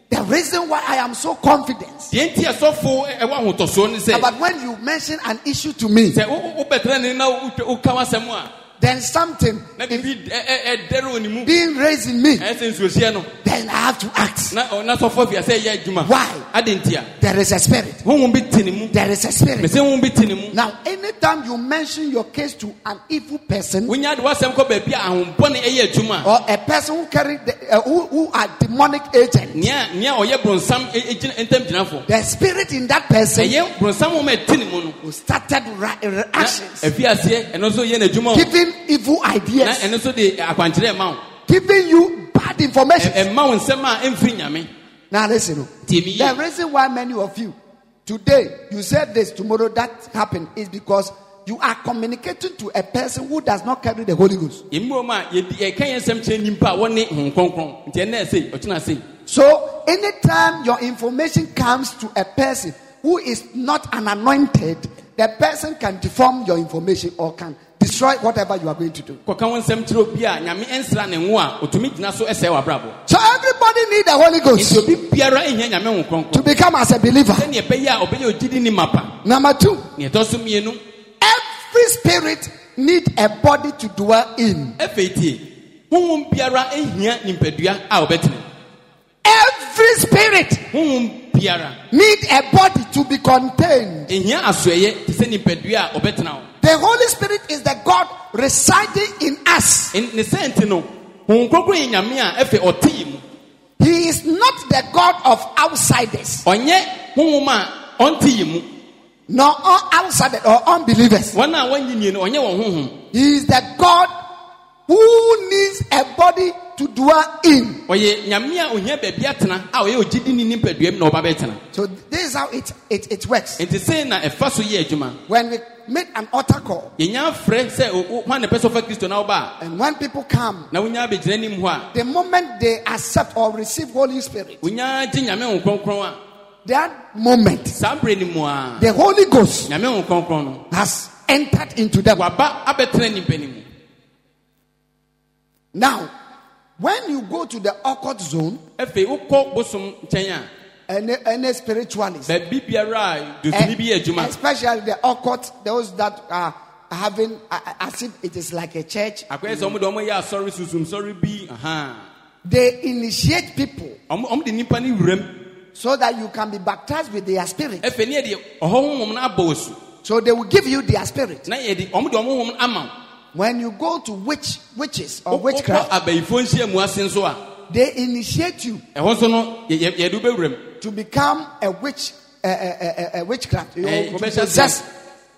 The reason why I am so confident.
deɛ nti ɛsɔfo ɛ- ɛwɔ ahotɔsoɔ ne sɛ
But when you mention an issue to me,
sɛ wo- wo- wobɛtena ne na wotwa- woka w'asɛm a
then something
na
is
biribi ɛ- ɛ- ɛdɛre wɔ ne mu
being raised in me,
ɛsɛ nsuohyia no
then I have to act.
na ɔna sɔfo afia sɛ ɛyɛ adwuma
Why?
adi ntia
There is a spirit.
honhom bi te ne mu
There is a spirit.
mɛsɛ honhom bi te ne mu
Now, anytime you mention your case to an evil person or
wonya de wasɛm kɔ baabi a ahombɔne ɛyɛ adwuma
a person who carry the, uh, who, who are demonic agents,
nea nea ɔyɛ bronsam e, ɛ- ɛgyina ntɛm gyinafo
the spirit in that person
ɛyɛ bronsam homa ɛte ne mu no
who started ra- uh,
na
reactions,
afiaseɛ ɛno nso yɛ n'adwuma o
giving evil
na
ideas.
ɛno nso de akwankyerɛ ma wo
giving you bad information.
Ɛ- ɛmma wo nsɛm a ɛmfiri nyame
now listen. oh.
Tie me
The
yie.
reason why many of you today you said this, tomorrow that happened is because you are communicating to a person who does not carry the Holy Ghost.
mmom a yɛdi- yɛka yɛ nsɛm kyerɛ nnipa a wɔne honhom kronkron nti ɛnɛ sei ɔkyena sei
So anytime your information comes to a person who is not an anointed, the person can deform your information or can destroy whatever you are going to do.
kɔka wo nsɛm kyerɛ obi a nyame ɛnsra ne ngo a ɔtumi gyina so ɛsɛe w'abrabɔ
So everybody need the Holy
nti
Ghost
obi biara ɛhia nyame honhom kronkron
to become as a believer.
sɛnea ɛbɛyɛ a ɔbɛyɛ ogyidi ne mapa
Number two,
nea ɛtɔ so mmienu
every spirit need a body to dwell in.
afei tie honhom biara ehia nipadua a ɔbɛtene
Every spirit
honhom biara
need a body to be contained.
ehia asoɛyɛ te sɛ nipadua a ɔbɛtena hɔ
The Holy Spirit is the God residing in us.
En- ne sɛ nti no honhom kronkron yɛ nyame a afei ɔte yɛ mu
He is not the God of outsiders,
ɔnyɛ honhom a ɔnte yɛ mu
nor un- outsiders or unbelievers.
wɔn a wɔnyi nie no ɔnyɛ wɔn honhom
He is the God who needs a body to dwell in.
ɔyɛ nyame a ohia baabi atena a ɔyɛ ogyidi ne nipadua mu na ɔba bɛtena
So this is how it, it, it works.
nti sɛ na ɛfa so yɛ adwuma
When we make an altar call
yɛnya frɛ sɛ o- o- hwan na ɛpɛ sɛ ɔfa kristo na woba a
and when people come,
na wonya abɛgyina anim hɔ a
the moment they accept or receive Holy Spirit,
wonya gye nyame honhom kronkron a
that moment,
saa berɛ no mu a
the Holy Ghost
nyame honhom kronkron no
has entered into them.
waba abɛtena nipa no mu
Now, when you go to the occult zone
afei wokɔ bosom nkyɛn a
and a, and a spiritualist,
baabi biara a dosini bi yɛ adwuma
Eh, especially the occult, those that are having uh, as if it is like a church,
akɔyɛ sɛ ɔmode ɔmyɛ asɔre susumsɔre bi aha
they initiate people
Ɔmo- ɔmode nnipa no wuram
so that you can be baptized with their spirit.
afei ne yɛde ɔhɔ honhom no abɔ asu
So they will give you their spirit.
na yɛde ɔmode ɔmohom no ama
When you go to witch witches
wo
or
wokɔ
witchcraft,
abayifoɔ nhyia mu ase nso a
they initiate you
ɛhɔ nso no yɛ- yɛ- yɛde wobɛwuram
to become a witch, a, a, a, a witchcraft. You
Eh,
to
Professor
possess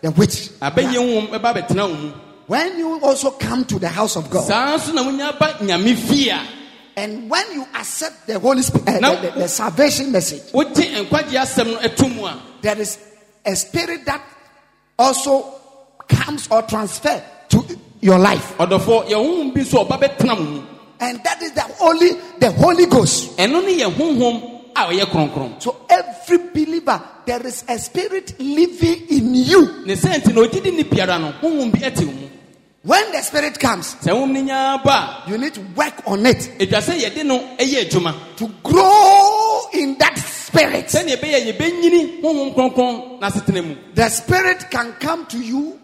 the witch.
abɛyɛ honhom bɛba bɛtena wo mu
When you also come to the house of God.
saa nso na wonya ba nyame fie a
And when you accept the Holy Spirit, uh,
Now-
the, the- the salvation message,
wogye nkwagye asɛm no ɛto mu a
there is a spirit that also comes or transfer to your life.
ɔdɔfoɔ yɛ honhom bi nso a ɔba bɛtena mo mu
And that is the only the Holy Ghost.
ɛno ne yɛ honhom a ɔyɛ kronkron
So every believer, there is a spirit living in you.
ne sɛ nti na ogyidi ne biara no honhom bi ɛte wo mu
When the spirit comes,
sɛ honhom no nyaa ba
you need to work on it
a ɛtwa sɛ yɛde no ɛyɛ adwuma
to grow in that spirit.
sɛnea ɛbɛyɛ yɛbɛnyini honhom kronkron n'asetena mu
The spirit can come to you.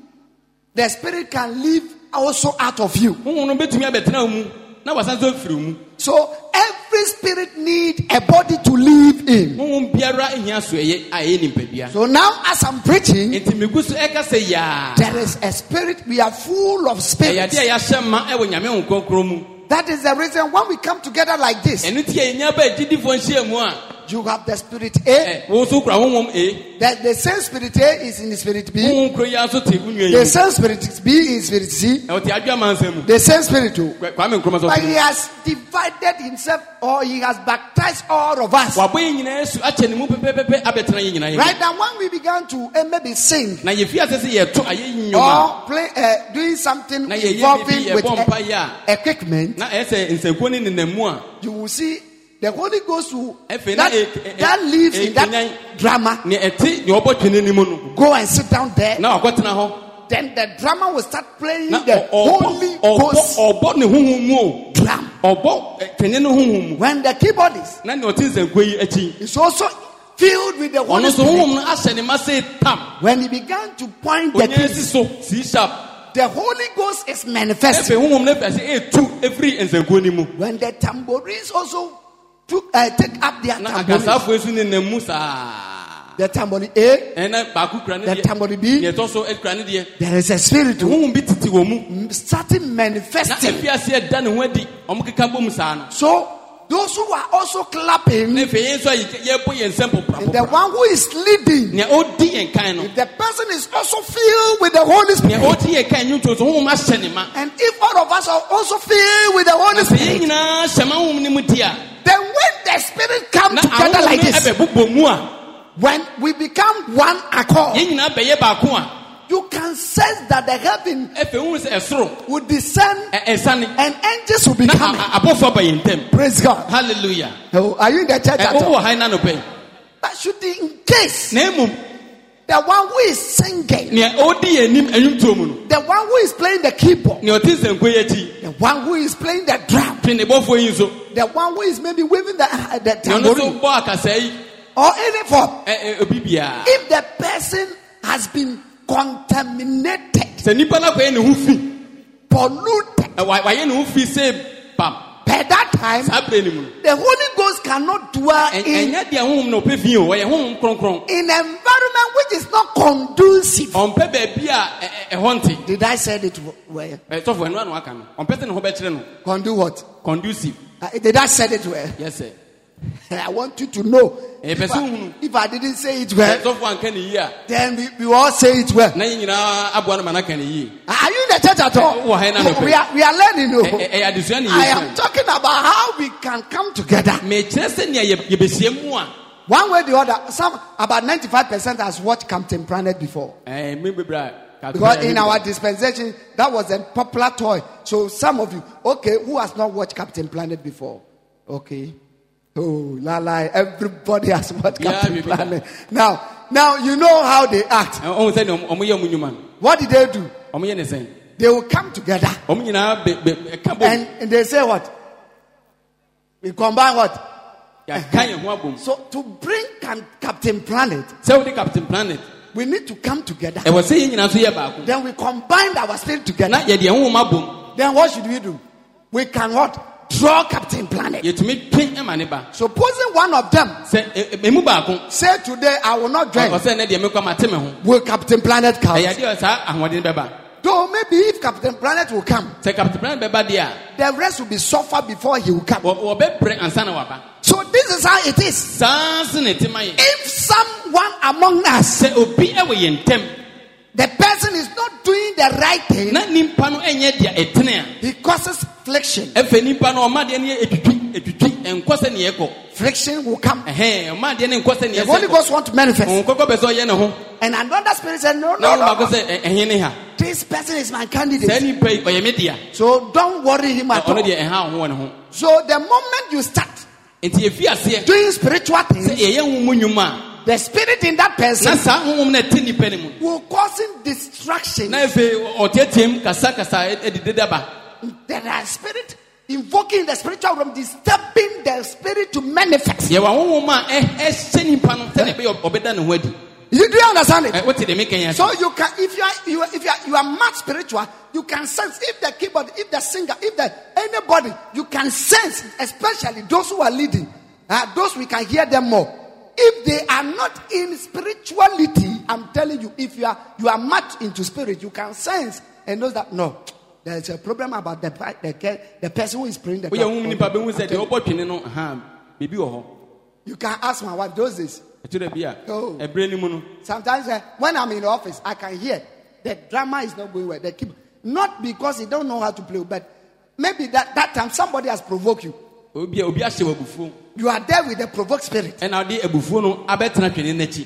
The spirit can live also out of you.
honhom no bɛtumi abɛtena wo mu na wasan so afiri wo mu
So every spirit need a body to live in.
honhom biara ahia so ɛyɛ a ɛyɛ nipadua
So now as I'm preaching,
enti megu so ɛka sɛ yaa
there is a spirit. We are full of
ɛyɛ
spirits.
adeɛ a yɛahyɛ ma ɛwɔ nyame ho kronkron mu
That is the reason when we come together like this,
ɛno nti yɛ nya ba agyidifoɔ nhyia mu a
you have the spirit A.
ɛ, wo nso kura honhom e
The, the same spirit A is in the spirit B.
honhom koro yi ara nso te wo nwa yi
The
mu
same spirit B is spirit C.
na wɔte adwa mansa mu
The same spirit O.
Kwa- kwame nkrumah
But
sɛ
he has divided himself or he has baptized all of us.
wabɔ yɛn nyinaa asu akyɛ ne mu pɛpɛpɛpɛ abɛtena yɛn nyinaa yɛn
Right now, when we began to eh, maybe sing
mu. na yɛfiri ase sɛ yɛto ayɛ nnwom
or play, uh, doing something
Na yɛyɛ
involving
bibi,
with
yɛbɔ
e-
mpaeɛ a
equipment,
na ɛyɛ sɛ nsankuo ne nenamu a
you will see the Holy Ghost who
Efe,
that,
na e- e- e-
that lives
e-
in
enyan-
that drama.
nea ɛte nea ɔbɔ twene no mu no
Go and sit down there.
na wakɔtena hɔ
Then the drama will start playing
na
the
ɔ-
Holy
ɔbɔ
Ghost
ɔbɔ- ɔbɔ ne honhom mu o e,
drum.
ɔbɔ ɛ, twene no honhom mu
When the keyboardist
na nea ɔte nsankuo yi akyi
is also filled with the Holy
ɔno nso
Spirit,
honhom no ahyɛ ne ma sɛ tam
when he began to point the
onyɛ
keys,
si so c sharp
the Holy Ghost is
ɛfɛ
manifesting.
honhom no fɛ sɛ ɛtu ɛfiri nsankuo no mu
When the tambourines also took, uh, take up their
na
tambourines,
akasaafo esu nenamu saa
the tambourine eh, A,
ɛnna baako kura ne
The tamale bi.
deɛ ɛtɔ so kura ne deɛ
there is a spirit who
ohun bi tete wɔn mu
starting
na
manifesting.
efi ase ɛda ne ho adi wɔn keka bom saa no
So those who are also
na
clapping,
efe yɛn nso a yɛ- yɛbɔ yɛn nsɛm
and the
pɔpɔpɔ
one who is leading,
nea odi yɛn kan no
if the person is also filled with the Holy
nea
Spirit,
odi yɛn kan yi nso so ohun ahyɛ ne ma
and if all of us are also filled with the Holy
na sɛ yɛn
Spirit,
nyinaa hyɛ ma ohun ne mu di a
then when the Spirit comes
na
together
ahohom
like
no
this,
ɛbɛ bobɔ mu a
when we become one accord,
yɛn nyinaa bɛyɛ baako a
you can sense that the heaven
efe ohun sɛ ɛsoro
will descend
ɛ- ɛsane
and angels will be
na
coming.
a- a- abɔfo aba yɛn ntɛm
Praise God.
hallelujah
Oh, are you in the church at
ɛwɔ
all?
wɔ ha yi na nopɛ
That should be in case
na emu
the one who is singing
nea odi yɛn anim ɛnwomtoɔ mu no
The one who is playing the keyboard,
nea ɔte nsɛnko yi akyi.
the one who is playing the drum,
twenebɔfoɔ yi nso
the one who is maybe waving the, uh, the
na ɔno nso
tambourine
bɔ akasa yi
or any form.
ɛ- ɛ, obi biara
If the person has been contaminated,
sɛ nipa no akɔyɛ ne ho fi
polluted,
na wa- wayɛ ne ho fi sɛ bam
by that time,
saa berɛ no mu no
the Holy Ghost cannot dwell
ɛ-
in,
ɛnyɛ deɛ honhom na ɔpɛ fi o ɔyɛ honhom kronkron
in an environment which is not conducive.
ɔmpɛ baabi a e, ɛ- ɛ- ɛhɔ nte
Did I say it w- well?
Ɛ, sɔfo ɛno a na waka no ɔmpɛ sɛ ne ho bɛkyerɛ no
Condu what?
conducive
Uh, did I say it well?
yɛ sɛ
I want you to know.
Eh,
If
person
I,
who-
if I didn't say it
sɛ
well,
sɔfo anka ne yie a
then we, we all say it well.
na yɛ nyinaa aboa no ma no aka ne yie
Are you in the church at all?
Eh, wɔ ha na mepɛ.
We are, we are learning. No?
Ɛ- ɛ- ɛyɛ E, adesua ne
I am
yie
talking about how we can come together.
mekyerɛ sɛ nea yɛ- yɛbɛhyia mu a
One way or the other, some about 95% has watched Captain Planet before.
ɛ, e, me bebree a
Because in our dispensation, that was a popular toy. So some of you, okay, who has not watched Captain Planet before? Okay. Oh, la la, everybody has watched
Yeah,
Captain
we did that.
Planet. Now, now you know how they act.
ɔhu E, sɛ deɛ ɔmoyɛ mu nnwuma no
What did they do?
ɔmoyɛ ne sɛn
They will come together
wɔn nyinaa bɛ bɛ ɛka bom
and, and they say what? We combine what?
yɛaka yɛn ho abom
So to bring Cam- Captain Planet,
sɛ wode captain planet
we need to come together.
ɛwɔ sɛ yɛn nyinaa nso yɛ baako
Then we combine our strength together.
na yɛde yɛn honhom abom
Then what should we do? We cannot draw Captain Planet.
yɛtumi twe ɛma ne ba
Supposing one of them
sɛ ɛ- ɛ- emu baako
say today, I will not
ɔ-
drink.
ɔsɛ ne deɛ mekɔ ama te me ho
Will Captain Planet come?
ɛyɛ adeɛ a saa ahoɔden bɛba
Though maybe if Captain Planet will come,
sɛ captain planet bɛba deɛ a
the rest will be suffered before he will come.
wɔ wɔbɛbrɛ ansa na waba
So this is how it is.
saa se ne tema yɛ
If someone among us,
sɛ obi ɛwɔ yɛn ntɛm
the person is not doing the right thing,
na nipa no ɛnyɛ deɛ ɛtene
he causes friction.
a ɛfɛ nipa no ɔma deɛ no yɛ etwitwi etwitwi ɛnkɔ sɛ neɛ ɛkɔ
Friction will come.
ɛhɛn ɔma deɛ no nkɔ sɛ
The
neɛ
Holy
sɛ ɛkɔ Mm.
Ghost want to manifest.
ɔnkɔkɔ bɛ sɛ ɔyɛ ne ho
And another spirit said, No,
na
no,
wɔn
no.
baako
no.
sɛ ɛ- ɛhe e, ne ha
They This person is my candidate.
saa nipa yi ɔyɛ me dea
so don't worry him
Na
at all.
ɔno deɛ ɛha ho wɔ ne ho
So the moment you start
nti yɛfi aseɛ
doing spiritual
sɛ
things,
yɛyɛ nwomu nnwuma
the spirit in that
a na
person
saa honhom no ɛte nnipa no mu
will cause him distraction.
na afei ɔteateam kasakasa ɛdede daba
There are spirit invoking the spiritual realm, disturbing the spirit to manifest.
yɛwɔ honhom a ɛ- ɛhyɛ nipa no sɛne ɛbɛyɛ ɔ- ɔbɛda ne ho adi
You do you understand it?
Ɛ, wote deɛ meka yɛ
So you can, if you are, you are, if you are, you are mad spiritual, you can sense if the keyboard, if the singer, if the anybody, you can sense, especially those who are leading, uh, those we can hear them more. If they are not in spirituality, I'm telling you, if you are, you are mad into spirit, you can sense and know that no, there is a problem about the pa- the, ke- the person who is praying the.
woyɛ honhom nipa
God.
bɛhu sɛ deɛ ɔbɔ twene no ha biribi wɔ hɔ
You can ask my wife those days.
ɛtwerɛ bi a
Oh.
ɛberɛ no mu no
Sometimes eh, when I'm in the office, I can hear the drama is not going well. They keep not because they don't know how to play, but maybe that, that time somebody has provoked you.
obi a- obi ahyɛ wɔ abufuo
You are there with the provoked spirit.
ɛna ɔde abufuo no abɛtena twene no akyi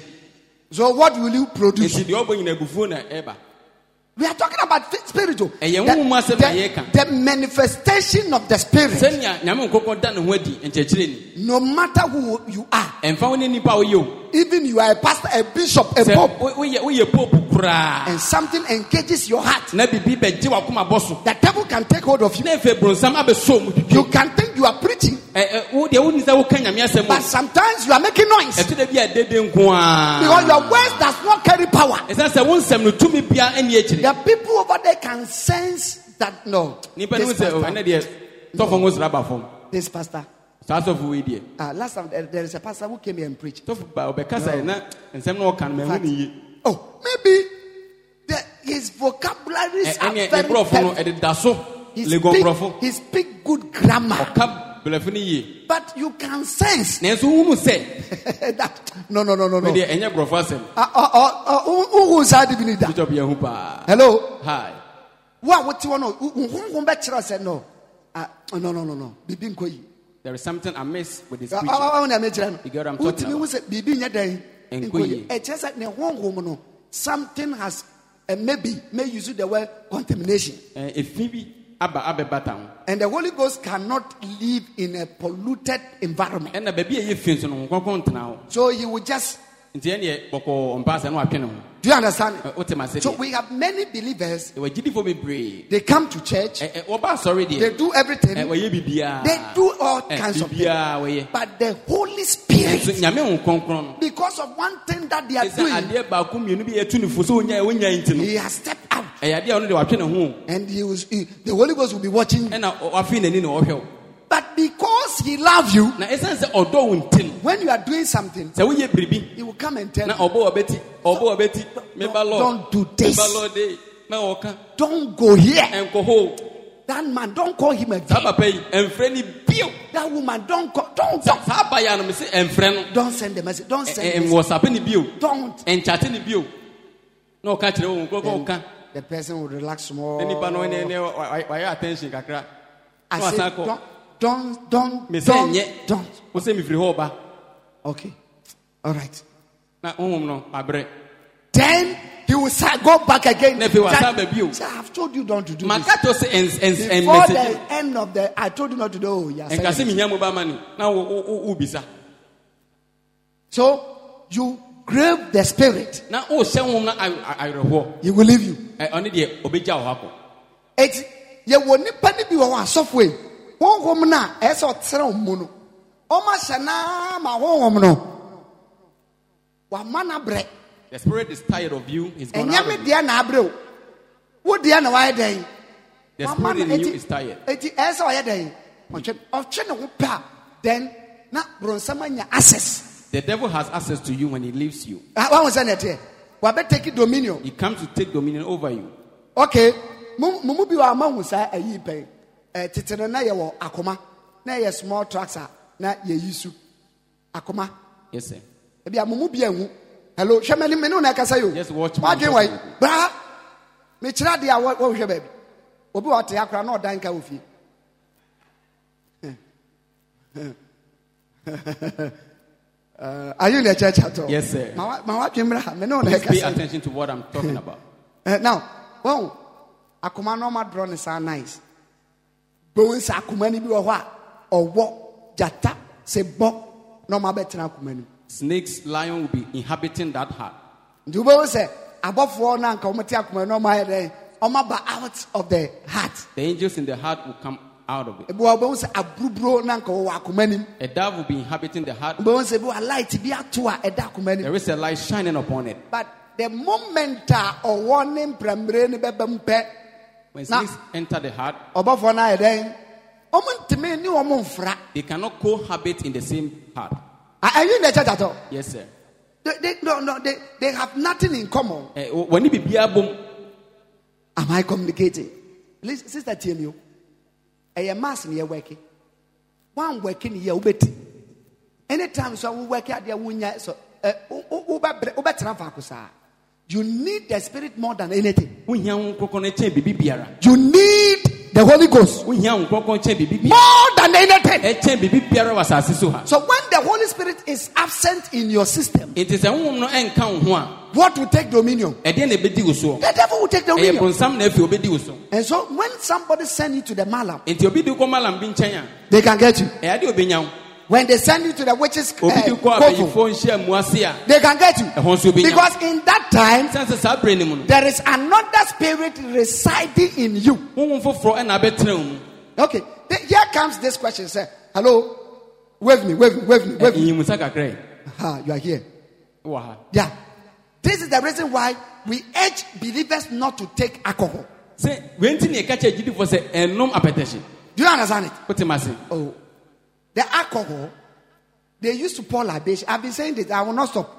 So what will you produce?
nti deɛ ɔbɔ nyina abufuo na ɛba
We are talking about fi- spiritual.
Eh, yeah, who must have been here?
the manifestation of the spirit.
sɛnea nyame nkɔkɔ da ne ho adi nkyerɛkyerɛ ni
No matter who you are,
ɛmfa wo ne nipa a woyɛ o
even you are a pastor, a bishop, a
sɛ
pope,
wo- woyɛ woyɛ pope koraa
and something engages your heart,
na biribi bɛgye wakoma bɔ so
the devil can take hold of you.
na afei bronsam abɛsɔ mu
You
twitwi
can think you are preaching,
Ɛ- ɛ, wo deɛ woni sɛ woka nyame asɛm
but
o
sometimes you are making noise.
ɛto da bi a dede nko
Because
a
your words does not carry power.
ɛsiane sɛ wo nsɛm no tumi bia e ɛni akyiri
The people over there can sense that no.
nipa no hu
this
sɛ "Oh,
pastor-
ɛnɛ deɛ tɔfo ho sra ba fam
This pastor.
saa sɔfo wei deɛ
Ah, last time there, there is a pastor who came here and preached.
tɔfo ba ɔbɛka sɛ na nsɛm no ɔka no mahu
Fact.
ne yie
Oh, maybe the, his vocabularies
Ɛ-
are
ɛneɛ ne
very
borɔfo e no
perfect.
ɛde da so
He
lego
speak-
borɔfo
he speak good grammar,
ɔka bɛlɛfo no yie
but you can sense
nanso wohu sɛ
that no, no, no, no, no.
deɛ ɛnyɛ borɔfo asɛm
Ah, ah, ah, ah, who- who is that even in that?
bitɔ bia hu paa
Hello,
hi
who are what you want? Who better said no? Ah, No, no, no, no. Bibi nkoyi.
there is something amiss with this
Wa-
preaching.
wa- wa- wa- na me kyerɛ no.
You get what I'm
Wotumi
talking
hu
about.
sɛ biribi nyɛ dɛn
Nkɔ yie.
nkɔ yie. Ɛkyerɛ sɛ Eh, ne honhom no something has eh, maybe may use the word contamination
Eh, efi bi aba abɛbata ho
and the holy ghost cannot live in a polluted environment
ɛna baabi a ɛyɛ fi nso no nkɔnkɔ ntena ho
so he will just
nti ɛneɛ bɔkɔɔ mpaasa na watwe ne ho
do you understand it?
Ɛ, wote ma sɛ
so
deɛ
we have many believers
ɛwɔ agyidifo bebree
they come to church
Ɛ- ɛ, wɔba asɔre
they
deɛ
do everything
ɛ, wɔyɛ biribiaa
they do all
Ɛ,
kinds of things
biribiaa wɔyɛ
but the holy
nso
spirit
nyame ho kronkron no
because of one thing that they are
ɛ sɛ
doing
adeɛ baako mmienu bi yɛtu ne fo sɛ wonya wonya nti no
he has stepped out
ɛyɛ adeɛ a ɔno deɛ watwe ne ho
and he was, he- the holy ghost will be watching you
o. ɛna ɔ- wafee n'ani na ɔhwɛ wo
But because he loves you,
na ɛsiane sɛ ɔdɔ wo nti no
when you are doing something,
sɛ woyɛ biribi
he will come and tell
na
you,
ɔbɔ wɔbɛti ɔbɔ wɔbɛti meba lɔ
Don't do this.
meba lɔ de na ɔka
don't go here.
ɛnkɔ hɔ
That man, don't call him again.
saa papa yi ɛmfrɛ ni bio
That woman, don't call, don't,
Sa-
don't,
saa ba yi a no mese ɛmfrɛ no
don't send the message. Don't
Eh,
send the message.
ɛnwɔsape ni bio
Don't.
ɛnkyate ni bio na ɔka kyerɛ wɔn nkorɔkɔ ɔka
The person will relax more.
na nipa eh, no ɛnɛ ɛnɛ wa- wa- wayɛ attention kakra na
I say,
wasan
don't,
kɔ
don't, don't,
mese
don't,
ɛnyɛ
don't.
wosɛ mifiri hɔ ɔba
Okay. All right.
ah? na honhom no abrɛ
Then he will sa- go back again.
Na if he was sad,
That-
baby, oh.
Say, I've told you don't to do this.
maka to sɛ ɛns- ɛns-
Before
ɛmmɛsɛgye
the end of the, I told you not to do. Oh, yeah, send
ɛnkase
it.
mihia mu ba ma ni na oh, wo- wo- wo- wobisa
So you grave the spirit,
na wohyɛ honhom no aw- aw- awerɛhoɔ
he will leave you.
Ɛ, ɔno deɛ ɔbɛgya wo hɔ akɔ
Eti yɛwɔ nipa ni bi wɔ hɔ asɔfo yi wɔnhom e. na e ɛsɛ ɔtena wɔn mu no ɔmo ahyɛ naa ma wɔnhom no wama n'abrɛ
The spirit is tired of you. He's gone out
ɛnyɛmi
of you.
deɛ n'abrɛ o wo deɛ na wayɛ dɛn
The
Wama
spirit
no-
in you
eti-
is tired.
eti e ɛsɛ ɔyɛ dɛn ɔtwe ɔtwe ne ho pɛ a then na bronsam anya access
The devil has access to you when he leaves you.
Ah, wɔn sɛ nɛteɛ wabɛ take dominion
He comes to take dominion over you.
okay mu mu mu bi wɔ a ɔmo ahu saa ayi pɛn ɛɛ titiri na yɛ wɔ akoma na yɛ small tracks a na yɛ yi su akoma
Yes, sir.
ebi a mu mu bi ehu hello hwɛmɛ ni mi ni o na kasa yi o
Yes, watch me,
wadwin wa
watch
yi
me.
baa mi kyerɛ adi a wɔ wɔhwɛ baabi obi wɔ ɔte akora na ɔdan ka wɔ fie Ɛɛ, are you in the church at all
Yes, sir.
ma wa ma wa dwin mìíràn mi ni o na
Please pay
kasa yi
attention to what I'm talking about.
Eh, now wɔn akoma nɔɔma drɔ ne saa nice gbɔn sɛ akoma ni bi wɔ hɔ a ɔwɔ gyata sɛ bɔ nɔɔma bɛ tena akoma ni
Snakes, lion will be inhabiting that heart.
nti wɔn sɛ abɔfoɔ na nka wɔn te akoma ni wɔn ayɛ dɛ wɔn aba out of the heart
The angels in the heart will come out of it.
ebi wɔ wɔn sɛ aburuburo na nka wɔwɔ akoma ni
A dove will be inhabiting the heart.
wɔn sɛ ebi wɔ light bi ato a ɛda akoma ni
There is a light shining upon it.
but the moment a ɔwɔ ne mprɛmire ni bɛbɛ mu pɛ
When
Now-
snakes enter the heart,
ɔbɔfoɔ no ayɛ dɛn ɔmo ntumi ne ɔmo mfra
they cannot cohabit in the same heart.
A- ɛyi na ɛkyɛ gyatɔ
Yes, sir.
they, they, no, no, they, they have nothing in common
Eh, When it be beer boom,
am i communicating please sister tie mi o ɛyɛ eh, mass ne yɛ wɛki wan wɛki ne yɛ wobɛti anytime so a wowɛki adeɛ a wonya so eh, ɛ wo- wo- wobɛbrɛ wobɛtena faako saa you need the spirit more than anything
wohia wo nkrɔkɔ no kyɛn biribi biara
you need the holy ghost
wohia wo nkrɔkɔ kyɛn biribi biara Eh,
more than anything
ɛkyɛn biribi biara wɔ asase so ha
so when the holy spirit is absent in your system
enti sɛ honhom no Eh, ɛnka wo ho a
what will take dominion
ɛdeɛ na ɛbɛdi wo soɔ
The devil will take the
ɛyɛ
dominion.
bonsam na afei wobɛdi wo so
And so when somebody send you to the malam,
enti obi de wo kɔ malam bi nkyɛn a
they can get you.
ɛyɛ adeɛ obɛnya wo
When they send you to the witches, uh,
obi de wo kɔ
coven,
abɛyifoɔ nhyia mu ase a
they can get you.
ɛhɔ nso obɛnya
Because in that time,
sɛn sɛ saa berɛ no mu no
there is another spirit residing in you.
honhom foforɔ ɛna abɛtena wo mu Eh,
Okay, th- here comes this question. Say, hello, wave me, wave me, wave me, wave me.
ɛyimu sa kakra
Ah, you are here.
wɔ ha
Yeah. This is the reason why we urge believers not to take alcohol.
sɛ wenti ne ɛka kyɛ agyidifoɔ sɛ ɛnom apɛtɛhye
Do you understand it?
wotem ase
Oh, the alcohol they used to pour libation. I've been saying this. I will not stop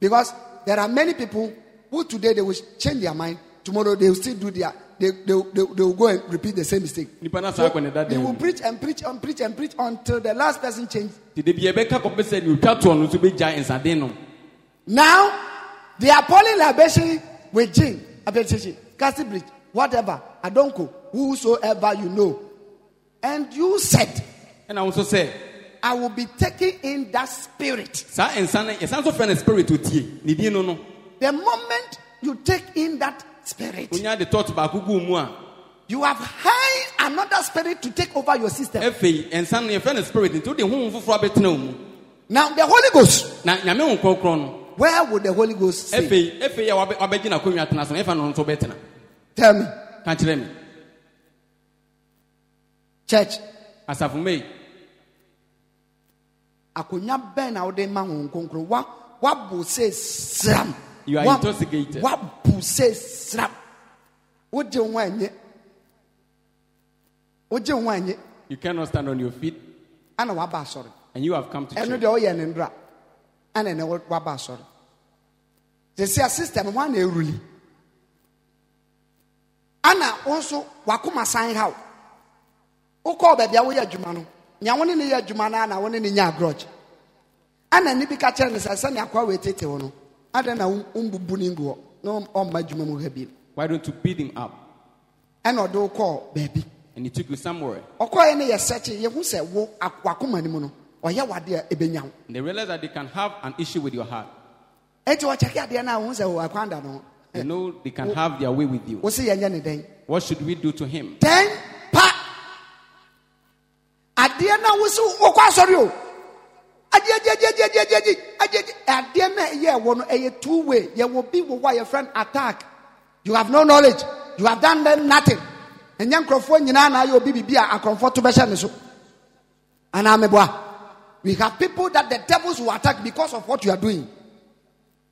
because there are many people who today they will change their mind. Tomorrow they will still do their. They, they, they, they will go and repeat the same mistake.
nipa no saa kɔ ne da
They
dan
will
mu
preach and preach and preach and preach until the last person changes.
nti da bi yɛbɛka kɔpɛ sɛ ne otwa toɔ no nso bɛgya nsaden nom
Now they are pouring libation with gin, appreciation, casting bridge, whatever, adonko, whosoever you know. And you said,
ɛna wo nso sɛ
I will be taking in that spirit.
saa nsa no yɛsan so frɛ no spirit otie ne din no no
The moment you take in that spirit,
wonya de tɔt baako guu mu a
you have hired another spirit to take over your system.
afei nsa no yɛfrɛ no spirit nti wode honhom foforɔ abɛtena wo mu
Now, the Holy Ghost,
na nyame ho nkorɔkorɔ no
where would the Holy Ghost sit?
afei afei a wabɛ- wabɛgye n'akonnwa tena so no ɛfa no nso bɛtena
Tell me,
ka kyerɛ me
church,
asafo mei
akonya bɛn na wode ma wɔn konkro wa wabu se sram.
You are
Wa-
intoxicated.
Wabu se sram. Wogye ho anye. Wogye ho anye.
you cannot stand on your feet
Ana waba asɔre.
and you have come to
ɛno
church
deɛ ɔyɛ ne ndra ɛna ɛna wɔ- waba asɔre sɛsia system ho ana ɛruli ana wo nso wakoma san haw wokɔɔ baabi a woyɛ adwuma no nea wo ne ne yɛ adwuma no ana wo ne ne nya agrɔgye ana ne bi ka kyerɛ no sɛ sɛnea akoa wɔɛtete wo no adɛn na wo- wombubu ne ngu hɔ na wɔm- ɔmma adwuma mu ha bi
why don't you beat him up
ɛna ɔde wo kɔɔ baabi
and he took you somewhere
ɔkɔɔɛ ne yɛ sɛkye yɛhu sɛ wo ak- wakoma no mu no ɔyɛ wadeɛ ɛbɛnya wo
and they realize that they can have an issue with your heart
ɛnti wɔkyɛke adeɛ no a wohu sɛ wɔ akwanda no ho
they know they can have their way with you
wosi yɛnyɛ ne dɛn
what should we do to him
dɛn pa adeɛ na wosi wokɔ asɔre o adeɛ gyegyegyegyegyegye agyegye adeɛ na ɛyɛ ɛwɔ no ɛyɛ two way yɛwɔ bi wɔ hɔ a yɛfrɛ no attack you have no knowledge you have done them nothing ɛnyɛ nkurɔfoɔ nyinaa na ayɛ obi biribi a akorɔmfoɔ to bɛhyɛ ne so anaa meboa we have people that the devils will attack because of what you are doing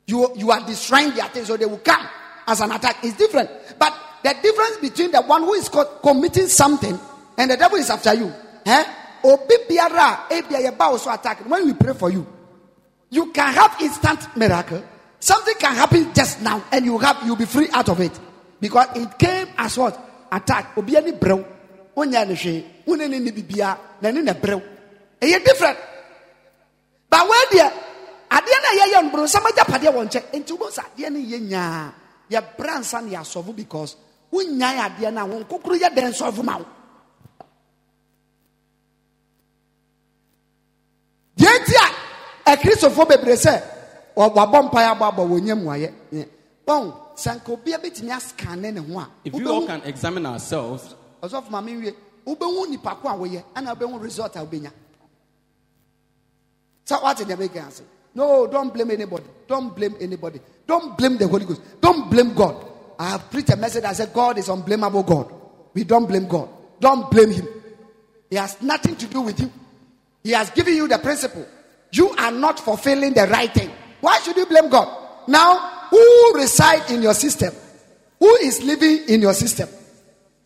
you, you are destroying their things, so they will come as an attack. It's different. But the difference between the one who is co- committing something and the devil is after you. Eh? Obi biara, ebia yeba also attack. When we pray for you, you can have instant miracle. Something can happen just now, and you have you'll be free out of it because it came as what attack. Obi ani brew, onya ni hwe, woni ni ni bibia, na ni na brew. Eye different. But where there, adeɛ na yɛyɛ no bro sɛ magya padeɛ wɔ nkyɛn nti wobɛhu sɛ adeɛ no yɛ nyaa yɛbrɛ ansa ne yɛasɔfo because wonyae adeɛ no a wo nkokoro yɛ dɛn sɔfo ma wo yɛnti a akristofoɔ bebree sɛ wɔ- wɔabɔ mpaeɛ abɔ abɔ wɔnya mmuayɛ wɔn sɛ nka obi abɛtumi askane ne ho a
If we all
wobɛhu-
can examine ourselves,
ɔsɔfo maame nwie wobɛhu nipa ko a woyɛ ɛna wobɛhu result a wobɛnya sɛ woate deɛ meka ase no don't blame anybody don't blame anybody don't blame the holy ghost don't blame god i have preached a message that said god is unblameable god we don't blame god don't blame him he has nothing to do with you he has given you the principle you are not fulfilling the right thing why should you blame god now who reside in your system who is living in your system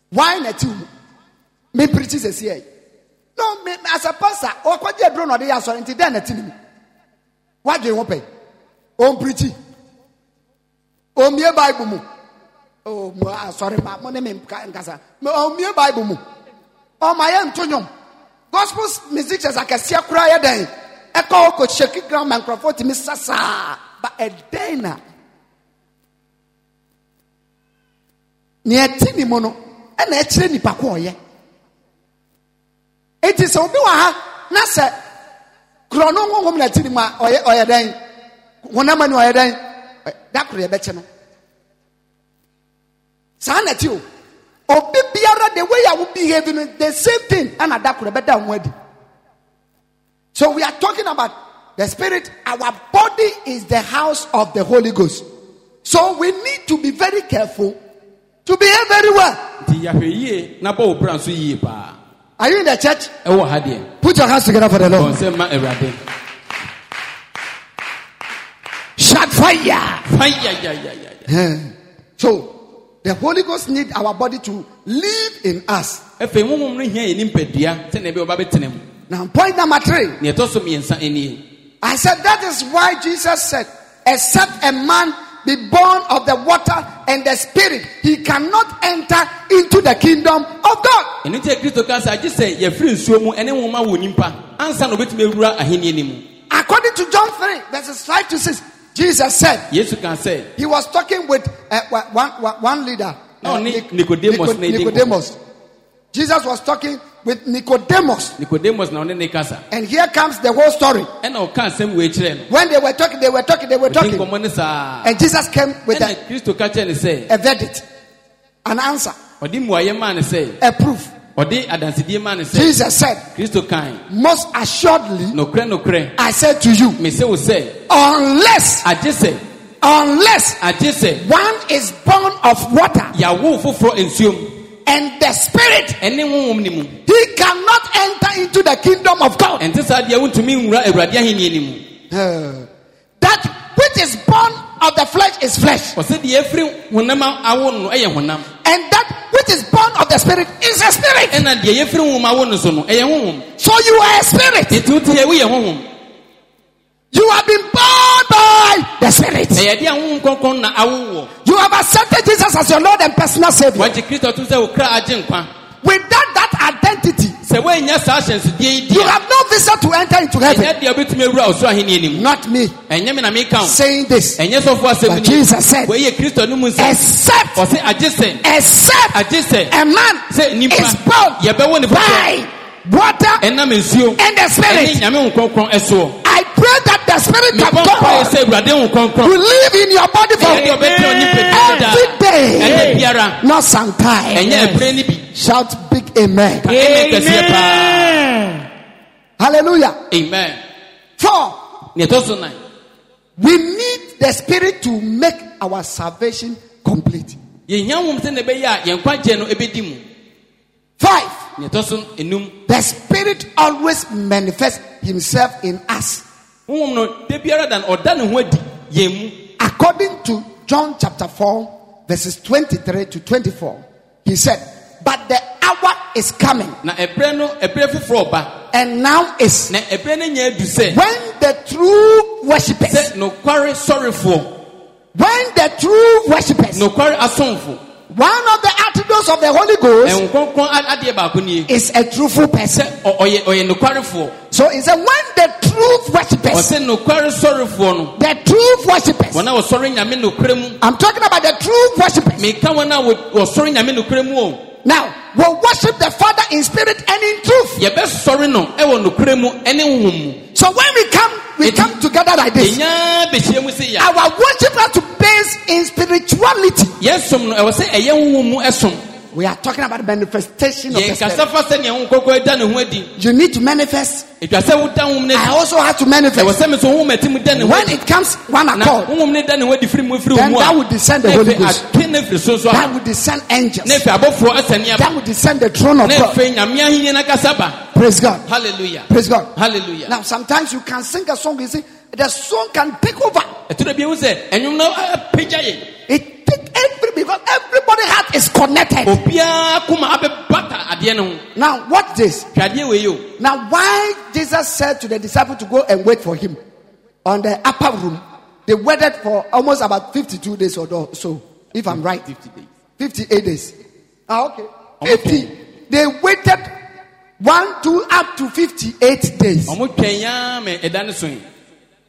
why na ti wu me preachi sisi ɛ no me me- as a pastor ɔkɔgye aduro na ɔde yɛ asɔre nti dɛn na ti ne mu wadwe ho pɛ ɔn preachi ɔmmie bible mu oh mo asɔre ma mo ne me nka nkasa mo ɔmmie bible mu ɔma yɛ nto nnwom gospel musicians akɛseɛ koraa yɛ dɛn ɛkɔ hɔ kɔ hyɛki ground ma nkurɔfoɔ tumi sasaa ba ɛdɛn na nea ɛte ne mu no ɛna ɛkyerɛ nipa ko a ɔyɛ eti sɛ obi wɔ ha na sɛ kurɔ no nkonkom na ɛte ne mu a ɔyɛ ɔyɛ dɛn honam ani ɔyɛ dɛn Ɔyɛ- E, da koro yɛ bɛkyɛ no saa na ɛte o obi biara the way a wo behave no the same thing ɛna da koro bɛda ho adi so we are talking about the spirit our body is the house of the holy ghost so we need to be very careful to behave very well.
nti yɛahwɛ yie na bɔ wo bra nso yie paa.
Are you in the church?
Ɛwɔ ha deɛ,
Put your hands together for the
bɔ
Lord.
nsɛm ma Awurade.
Shut fire.
Fayayayayaya.
Eh. So the Holy Ghost need our body to live in us.
Afei, honhom no hia yɛ ne nipadua sɛnea ɛbɛyɛ a ɔbɛbɛtena mu.
Now, point number three.
Nea ɛtɔ so mmiɛnsa nie.
I said that is why Jesus said, except a man be born of the water and the spirit, he cannot enter into the kingdom of God.
Ɛno nti na Kristo kaa sɛ, agye sɛ yɛfiri nsuo mu ne nwoma wɔ onipa, ansa na obɛtumi awura ahenni no mu.
According to John 3, verses 5 to 6, Jesus said,
Yesu kaa sɛ,
He was talking with uh, one, one, one leader.
No,
uh,
Ni-
Nic-
Nicodemus,
Nico-
Nicodemus.
Nicodemus. Jesus was talking with Nicodemus.
Nicodemus na ɔne ne kasa.
And here comes the whole story.
Ɛna ɔka asɛm wei kyerɛɛ no.
When they were talking, they were talking, they were
Ɔdi
talking. Eh,
nkɔmmɔ ne saa.
And Jesus came with a,
Ɛna Kristo ka kyerɛɛ no sɛ,
a verdict, an answer,
ɔde mmuaeɛ maa no sɛ,
a proof.
ɔde adansedie maa no sɛ,
Jesus said,
Kristo kae,
Most assuredly,
nokorɛ nokorɛ,
I said to you,
mese wo sɛ,
unless,
agye sɛ,
unless
agye sɛ,
one is born of water
yɛawo foforɔ nsuo mu,
and the spirit,
ɛne honhom no mu.
he cannot enter into the kingdom of God.
ɛnte saa deɛ wontumi nwura awurade ahenni no mu
Uh, that which is born of the flesh is flesh,
ɔsɛ deɛ ɛfiri honam a- awo no no ɛyɛ honam
and that which is born of the spirit is a spirit.
ɛna deɛ yɛfiri honhom awo no so no ɛyɛ honhom
So you are a spirit.
nti wote yɛ woyɛ honhom
You have been born by the spirit.
ɛyɛ deɛ a honhom kɔnkɔn na awo wɔ
You have accepted Jesus as your Lord and personal Savior.
wɔagye kristo tom sɛ wo kra agye nkwa
Without that identity,
sɛ woannya saa ahyɛnsodeɛ yi
you
deɛ
have no visa to enter into heaven.
ɛnyɛ deɛ wobɛtumi awura ɔsoro ahenni no mu
Not me
ɛnyɛ me na meka wo
saying this,
ɛnyɛ sɔfoɔ asɛm
but
ni
Jesus said,
wɔyɛ kristo no mu nsɛ
except,
ɔse agye sɛ
except
agye sɛ
a man
sɛ
is
nnipa
born
yɛbɛwo ne foforɔ
by water
ɛnam nsuo
and the
ɛne
spirit.
nyame nkɔnkɔn ɛsoɔ
I pray that the spirit
Me
of
pɔnkɔ yɛ
God
sɛ Awurade wo nkɔnkɔn.
to live in your body for
Ɛyɛ deɛ ɔbɛtena wo nipadua mu daa.
every
Ɛnna
day,
biara.
not sometime.
Ɛnyɛ ɛberɛ no bi.
Shout big amen.
Ka amen kɛseɛ paa.
Hallelujah.
Amen.
Four,
Nea ɛtɔ so nan.
we need the spirit to make our salvation complete.
Yɛhia Honhom sɛ na ɛbɛyɛ a yɛn nkwagyeɛ no ɛbɛdi mu.
Five,
Nea ɛtɔ so enum.
the spirit always manifests himself in us.
Honhom no, da biara da no, ɔda ne ho adi yɛn mu.
According to John chapter 4, verses 23 to 24, he said, But the hour is coming,
Na ɛberɛ no, ɛberɛ foforɔ ɔba.
and now is
Na ɛberɛ no nya adu sɛ,
when the true worshippers
sɛ nokware sɔrefoɔ,
When the true worshippers,
nokware asomfo,
one of the attributes of the Holy Ghost
ɛnkonkɔn a- adeɛ baako nie.
is a truthful person.
Sɛ ɔ- ɔyɛ ɔyɛ nokwarefoɔ.
So he said, when the true worshippers,
Ɔsɛ nokware sɔrefoɔ no,
the true worshippers,
wɔn a wɔsɔre Nyame nokorɛ mu,
I'm talking about the true worshippers.
meka wɔn a wɔ- wɔsɔre Nyame nokorɛ mu o.
Now, will worship the Father in spirit and in truth.
yɛbɛsɔre no ɛwɔ nokorɛ mu ɛne honhom mu
So So when we come, we
It-
come together like this.
yɛnyaa bɛhyia mu sɛ yɛ
Our worship has to base in spirituality.
yɛsom no ɛwɔ sɛ ɛyɛ honhom mu som
We are talking about manifestation of the
yɛnkasa
spirit.
fa sɛnea honhom kɔkɔ da ne ho adi
You need to manifest.
ɛtwa sɛ woda honhom no
I
adi
also have to
ɛwɔ
manifest.
sɛ me so honhom atim da ne ho
When
adi
it comes one
na
accord,
honhom no da ne ho adi firi mu firi
Then
mu
that would descend the
na
Holy
afei
Ghost.
ate no firi so so
that
aba
will descend
na
angels.
afei abɔfoɔ asane
That
aba
will descend the throne of
na
God.
afei nyame ahenni no kasa ba
Praise God.
halleluya
Praise God.
halleluya
Now sometimes you can sing a song. You see, the song can take over.
ɛtoro bi hu sɛ ɛnwom no apagya yɛ
It take every because everybody heart is connected.
Oh. obiara koma abɛbata adeɛ no ho
Now watch this.
hwɛ adeɛ wei o
Now why Jesus said to the disciple to go and wait for him on the upper room. They waited for almost about 52 days or so, if I'm right.
50 days
58 days. Ah, okay.
Almost
50. They waited one, two, up to 58 days.
ɔmo twɛn yaa mɛ ɛda ne soe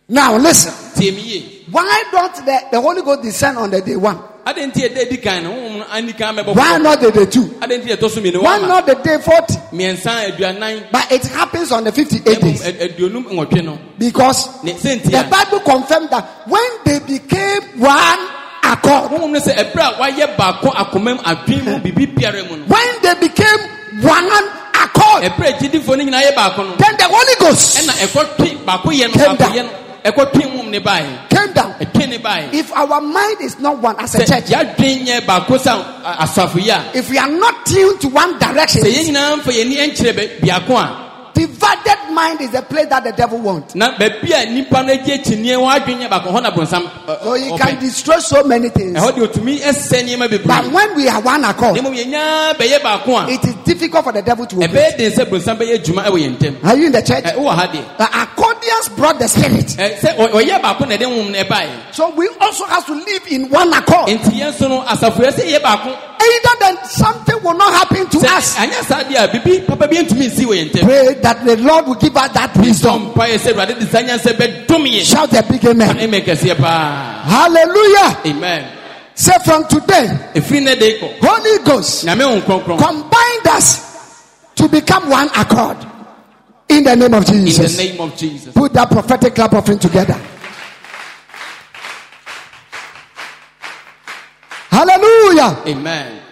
Now listen.
tie mi yie
Why don't the, the Holy Ghost descend on the day one?
adeɛ nti ɛda edi kan no honhom no ani kan mɛbɔ
Why not the day two?
adeɛ nti ɛtɔ so mmienu
Why
wama
not the day 40?
mmiɛnsa aduanan
But it happens on the 58
ɛmum
days.
ɛ- aduonum nwɔtwe no
Because
ne sɛ nti
the
a
Bible confirmed that when they became one accord,
honhom no sɛ ɛberɛ a wayɛ baako akoma mu adwen mu bibi biara mu no
when they became one accord,
ɛberɛ a gyidifoɔ no nyinaa yɛ baako no
then the Holy
ɛna
Ghost
ɛkɔtwe baako yɛ no
Came
baako
down.
yɛ no ɛkɔtwe honhom ne baeɛ
came down.
ɛtwe ne baeɛ
If our mind is not one as a
sɛ
church,
yɛadwen nyɛ baako sɛ a- asafo yi a
if we are not tuned to one direction,
sɛ yɛn nyinaa mfa yɛn ani nkyerɛ bɛ- biako a
divided mind is the place that the devil wants.
na baabi a nipa no agye kyiniiɛ wɔn adwen nyɛ baako hɔ na bonsam ɔ-
So he
ɔ-
can
ɔpɛ.
destroy so many things.
ɛhɔ deɛ E, otumi ɛsɛ nneɛma
But
bebree
when we are one
na
accord,
mmom yɛn nyinaa bɛyɛ baako a
it is difficult for the devil to operate.
ɛbɛyɛ E, den sɛ bonsam bɛyɛ adwuma ɛwɔ yɛn ntam
Are you in the church?
Ɛ, wowɔ E, ha E, deɛ
The accordions brought the spirit.
Ɛ, sɛ ɔ- ɔyɛ baako na ɛde nwom na e ɛbaeɛ
So we also have to live in one accord.
nti yɛn nso no asafo yɛ sɛ yɛ baako
Either then something will not happen to us.
sɛ anyɛ saa deɛ a bibi papa bi ntumi nsi wɔ yɛn ntam
Pray that the Lord will give us that wisdom.
Ɔmpa yɛ sɛ Awurade de saa nyansa bɛdom yɛn.
Shout a big amen.
Amen kɛseɛ paa.
Hallelujah.
Amen.
Say from today,
Ɛfiri nnɛ da yi kɔ,
Holy Ghost
Nyame Honhom Kronkron,
combined us to become one accord. In the name of
in the
Jesus.
name of Jesus.
Put that prophetic clap offering together. Hallelujah.
Amen.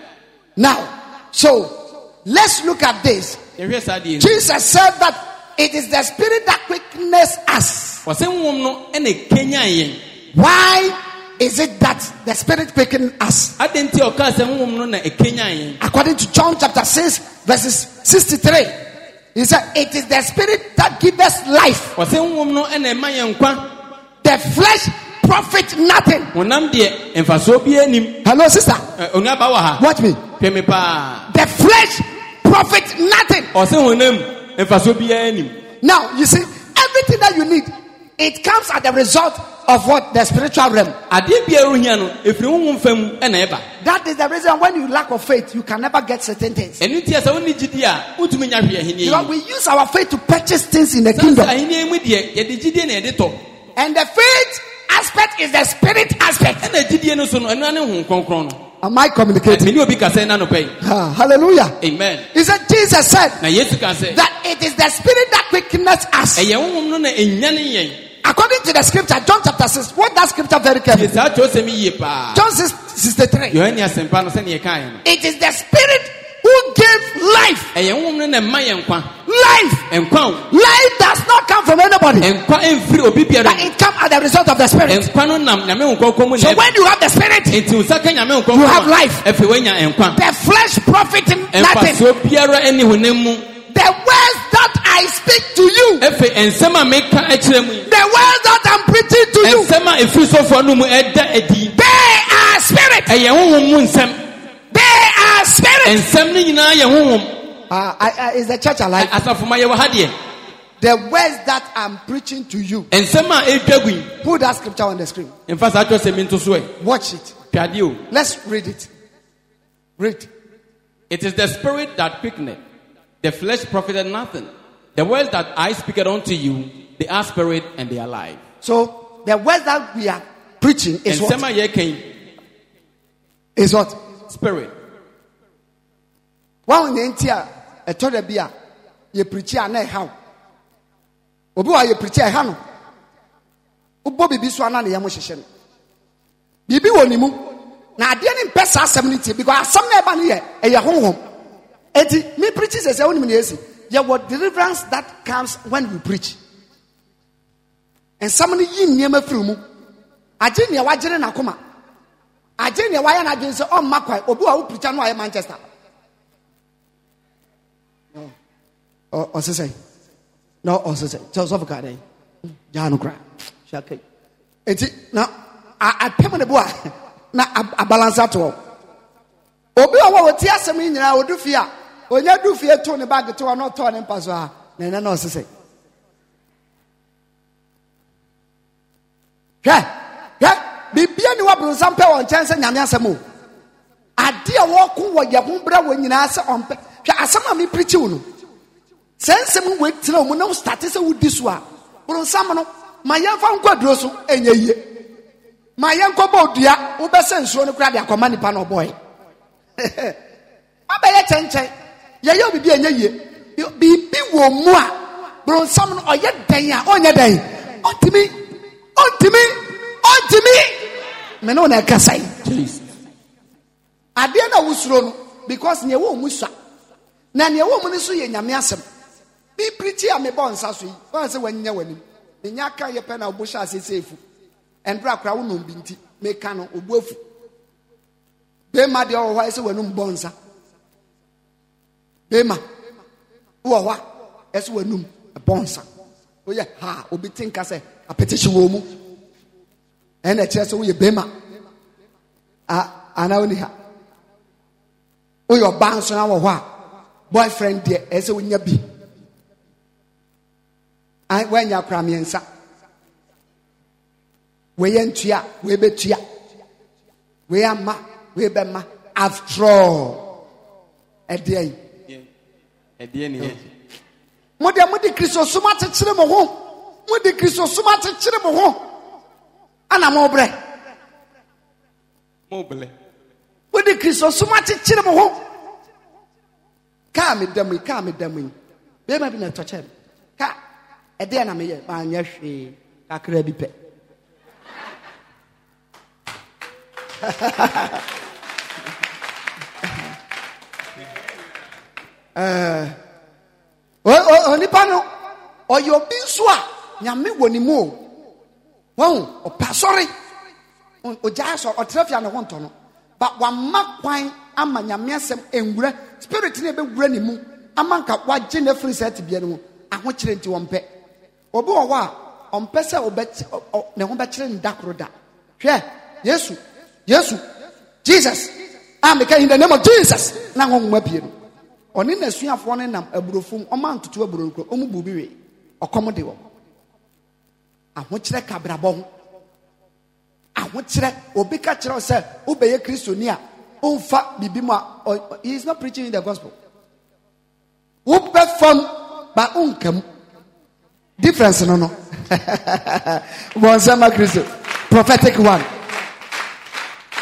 Now, so let's look at this.
Yɛhwɛ saa deɛ yi.
Jesus said that it is the spirit that quickens us.
Ɔsɛ Honhom no ɛna ɛkanyan yɛn.
Why is it that the spirit quickens us?
Adɛn nti a ɔkaa sɛ Honhom no na ɛkanyan yɛn?
According to John chapter 6, verses 63, he said, It is the spirit that gives us life.
Ɔsɛ Honhom no ɛna ɛma yɛn nkwa.
The flesh profit nothing.
Honam deɛ, mfasoɔ biara nnim.
Hello, sister.
Ɛ, onua ba wɔ ha.
Watch me.
Hwɛ me paa.
The flesh profit nothing.
Ɔsɛ honam, mfasoɔ biara nnim.
Now, you see, everything that you need, it comes at the result of what? The spiritual realm.
Adeɛ biara a ohia no, ɛfiri Honhom fa mu ɛna ɛba.
That is the reason when you lack of faith, you can never get certain things.
Ɛno nti a sɛ wonni gyidie a, wontumi nya hwee ahenni yi.
Because we use our faith to purchase things in the
Sansa
kingdom.
ahenni mu deɛ yɛde gyidie na yɛde tɔ
And the faith aspect is the spirit aspect.
ɛna gyidie no so no ɛno ara ne ho kronkron no
Am I communicating?
mene obi kasa na nopɛ yi
Ah, hallelujah.
amen
He said, Jesus said
na yesu ka sɛ
that it is the spirit that quickens us.
ɛyɛ honhom no na ɛnyane yɛn
According to the scripture, John chapter 6, what that scripture very
yɛ
carefully.
saa kyerɛwsɛm yi yie paa
John 6, 63.
yohane asɛmpa no sɛneɛ kaeɛ no
It is the spirit who gave life.
ɛyɛ honhom no na ɛma yɛ nkwa
Life.
ɛnkwa o
Life does not come from anybody.
ɛnkwa ɛmfiri obi biara
But
mu.
it comes as the result of the spirit.
ɛnkwa no nam nyame nkɔnkɔn mu
So
na ɛba
when you have the spirit,
enti wo nsa ka nyame
You have
nkɔnkɔn
life.
a ɛfei woanya nkwa
the flesh profits nothing.
ɛmfasoɔ biara ɛne honam mu
The words that I speak to you,
ɛfei ɛnsɛm a meka ɛkyerɛ mu yi
the words that I'm preaching to you,
ɛnsɛm a ɛfiri sɔfoɔ no mu ɛda adi
they are spirit.
ɛyɛ honhom mu nsɛm
They are spirit.
nsɛm no nyinaa yɛ honhom
Uh, I, I, is the church
Ɛ-
alive?
asafo ma yɛwɔ ha deɛ
The words that I'm preaching to you.
nsɛm a ɛdwa gu yi
Put that scripture on the screen.
mfa saa kyerɛ sɛ mi nto so ɛ
Watch it.
twadeɛ o
Let's read it. Read.
it is the spirit that quickeneth the flesh profited nothing the words that i speak unto you they are spirit and they are life
So the words that we are preaching is
nsɛm
what?
a yɛka yi
Is what?
spirit
One in India, a total beer, you preach and how. obi wɔ ayɛ pirikyi a ɛha no wobɔ biribi so ana ne yɛm hyehyɛ no biribi wɔ ne mu na adeɛ ne mpɛ saa asɛm no tie because asɛm no a ɛba no yɛ ɛyɛ honhom enti me pirikyi sɛ sɛ wonim ne yɛsi yɛwɔ deliverance that comes when we preach nsɛm no yi nneɛma firi wo mu agye nea wagyere n'akoma agye nea wayɛ n'adwene sɛ ɔmma kwae obi wɔ a wo pirikya no a ɔyɛ manchester Ɔ- ɔse sɛn na ɔse sɛ sɛ ɔsɔfo ka dɛn gyaa eh? no kora hyɛkai enti na a- apem ne bo a na ab- abalansa to ɔ obi wɔ hɔ a wɔte asɛm yi nyinaa ɔdu fie a ɔnya du fie too ne baage to hɔ na ɔtɔɔ ne mpa so a na ɛnɛ na ɔse sɛ hwɛ hwɛ biribia ne wabonsam pɛ wɔ nkyɛn sɛ nyame asɛm o ade a wɔko wɔ yɛ ho berɛ wɔ nyinaa sɛ ɔmpɛ hwɛ asɛm a mepirikyi wo no sɛ nsɛm wɔtena wo mu na wostate sɛ wodi so a boronsam no ma yɛmfa nkɔ aduro so ɛnyɛ yie ma yɛnkɔbɔ odua wobɛsɛ nsuo no kora de akɔma nipa no ɔbɔe wabɛyɛ kyɛnkyɛn yɛyɛ obibi ɛnyɛ yie biribi wɔ mu a boronsam no ɔyɛ dɛn a ɔnyɛ dɛn ɔntimi ɔntimi ɔntimi mene wo na ɛkasa yi
Jesus.
adeɛ na wosuro no because nea ɛwɔ mu sua na nea ɛwɔ mu no so yɛ nyame asɛm bibirikyi a mebɔ nsa so yi wɔn sɛ wɔnyɛ w'anim enya ka yɛ pɛ na ɔbɔ hyɛ asese efu ndora akora wo nom bi nti meka no obu efu bɛrima deɛ ɔwɔ hɔ ayɛ sɛ wɔnum bɔ nsa bɛrima wɔ hɔ a ɛsɛ wɔnum ɛbɔ nsa woyɛ ha a, obi ti nka sɛ apetisi wɔ mu ɛna ɛkyerɛ sɛ woyɛ bɛrima a anaa wɔnni ha woyɛ ɔbaa nso na wɔ hɔ a boyfriend eh, deɛ ɛyɛ sɛ wonya bi Ai, woanya kora mmiɛnsa woyɛ ntua woebɛtua woyɛ ama woebɛma after all ɛdeɛ yi
Ɛdeɛ ne yɛ.
mo deɛ mode kristosom akyekyere oh, mo ho mode kristosom akyekyere mo ho ana mobrɛ
Mo bele.
wode kristosom akyekyere mo ho kaa medam yi kaa medam yi bɛrima bi na ɛtɔkyɛ me ka ɛdeɛ na meyɛ maanyɛ hwee kakra bi pɛ Ɛɛ, Eh, o- o- onipa no ɔyɛ obi nso a nyame wɔ ne mu o wɔn ɔpɛ asɔre ogyaa sɔ ɔtena fia ne ho ntɔ no ba wama kwan ama nyame asɛm nwura spirit ne bɛwura ne mu ama nka wagye ne afiri saa tibea no mu ahokyere nti wɔmpɛ obi wɔ hɔ a ɔmpɛ sɛ ɔbɛkye- ɔ- ɔ- ne ho bɛkyerɛ ne da koro da hwɛ yesu yesu jesus a meka in the name of jesus na ho nwoma pie no ɔne n'asuafoɔ no nam aburofo mu ɔma ntoto aburo no kuro ɔmu bu bi wee ɔkɔm de wɔ ahokyerɛ kabrabɔ ho ahokyerɛ obi ka kyerɛ wo sɛ wobɛyɛ kristoni a womfa biribi mu a ɔ- ɔ- he is not preaching in the gospel wopɛ fam ba wonka mu difference no no bɔnsɛma kristo prophetic one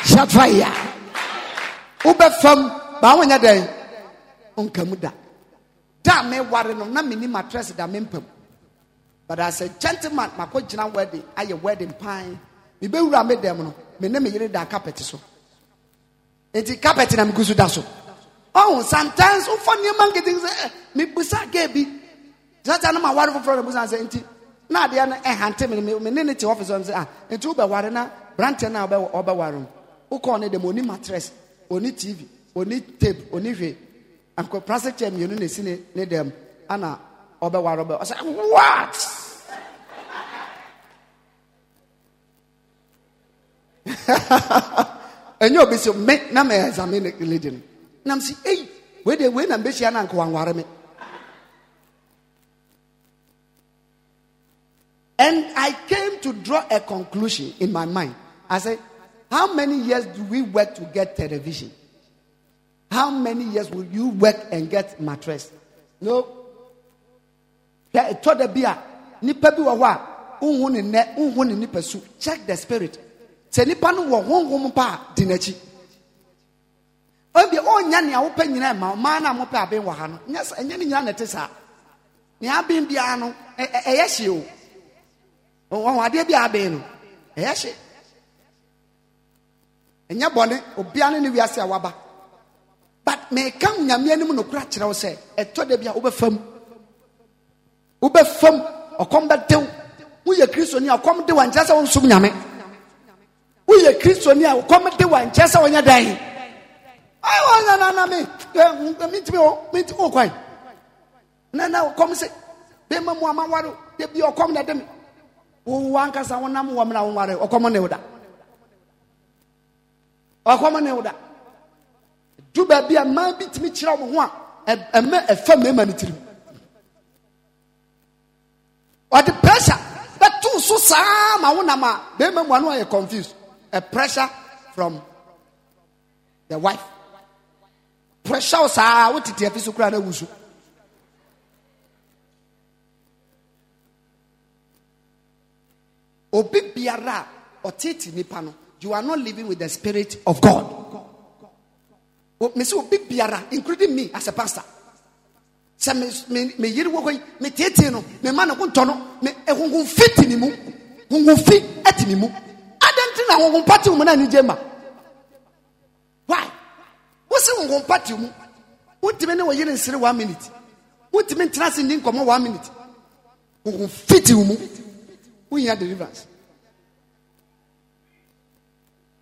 shut fire wobɛ fam ba wonyɛ dɛn wonka mu da da a meware no na menni matress da mempam but as a gentleman makɔgyina wedding ayɛ wedding pan mebɛwura me dɛm no me ne me yere da carpet so nti carpet na megu so da so ɔhu sometimes oh, wofa nneɛma nkete sɛ "Eh, mebusa ga bi sata no ma ware foforɔ na busa sɛ nti na adeɛ no ɛhante me no, me me ne ne te hɔ fesɛ sɛ "Ah, nti wobɛware na branteɛ no a wobɛ- ɔbɛware no wokɔɔ ne dɛm ɔni matress ɔni tv ɔni tape ɔni hwee ankɔ plastic chair mmienu na ɛsi ne ne dɛm ana ɔbɛware ɔbɛ ɔsɛ what ɛnyɛ obi sɛ me na ma ɛzame ne lady no nam sɛ ei wei deɛ wei na mbɛhyia no anka wanware me and i came to draw a conclusion in my mind i said how many years do we work to get television how many years will you work and get mattress no hwɛ ɛtɔ da bi a nipa bi wɔ hɔ a nhu ne nɛ nhu ne nipa su check the spirit sɛ nipa no wɔ honhom pa a di n'akyi ebi ɔnya nea wopɛ nyinaa ma ɔmaa na mopɛ abɛn wɔ ha no nyɛ sɛ ɛnyɛ ne nyinaa na ɛte saa nea abɛn biara no ɛ- ɛ- ɛyɛ hye o ɔwɔ adeɛ bi a abɛn no ɛyɛ hye ɛnyɛ bɔne obia ne ne wiase a waba but meka nyame anim nokora kyerɛ wo sɛ ɛtɔ da bi a wobɛfa mu wobɛfa mu ɔkɔm bɛdew woyɛ kristoni a ɔkɔm de wankyerɛ sɛ wonsom nyame woyɛ kristoni a ɔkɔm de wankyerɛ sɛ wonyɛ dan wɔnanana me ɛ, m- mentimi wɔ- menti wo kwan na na ɔkɔm sɛ bɛma mu ama ware da bi ɔkɔm na de me wowo ankasa wonam wɔ mena woware ɔkɔm ne wo da ɔkɔm ne wo da du baabi a mmaa bi tumi kyerɛ wɔn ho a ɛ- ɛmɛ ɛfa mmarima no tirim ɔde pressure bɛto so saa ma wonam a bɛrima mu ano ayɛ confused a pressure from the wife pressure wo saa wotete afi so koraa na awu so obi biara a ɔtete nipa no you are not living with the spirit of god mesi obi biara including me as a pastor sɛ me- me- me yiri wɔ hɔ yi me tiatie no me ma ne ho ntɔ no me ehunhun fi ti mi mu hunhun fi ɛti mi mu adan ti na hunhun pati mu na anigye ma why wosi hunhun pati mu wotumi ne wɔ yiri nsiri one minute wotumi ntena se ndi nkɔmɔ one minute hunhun fi ti mu wonya deliverance.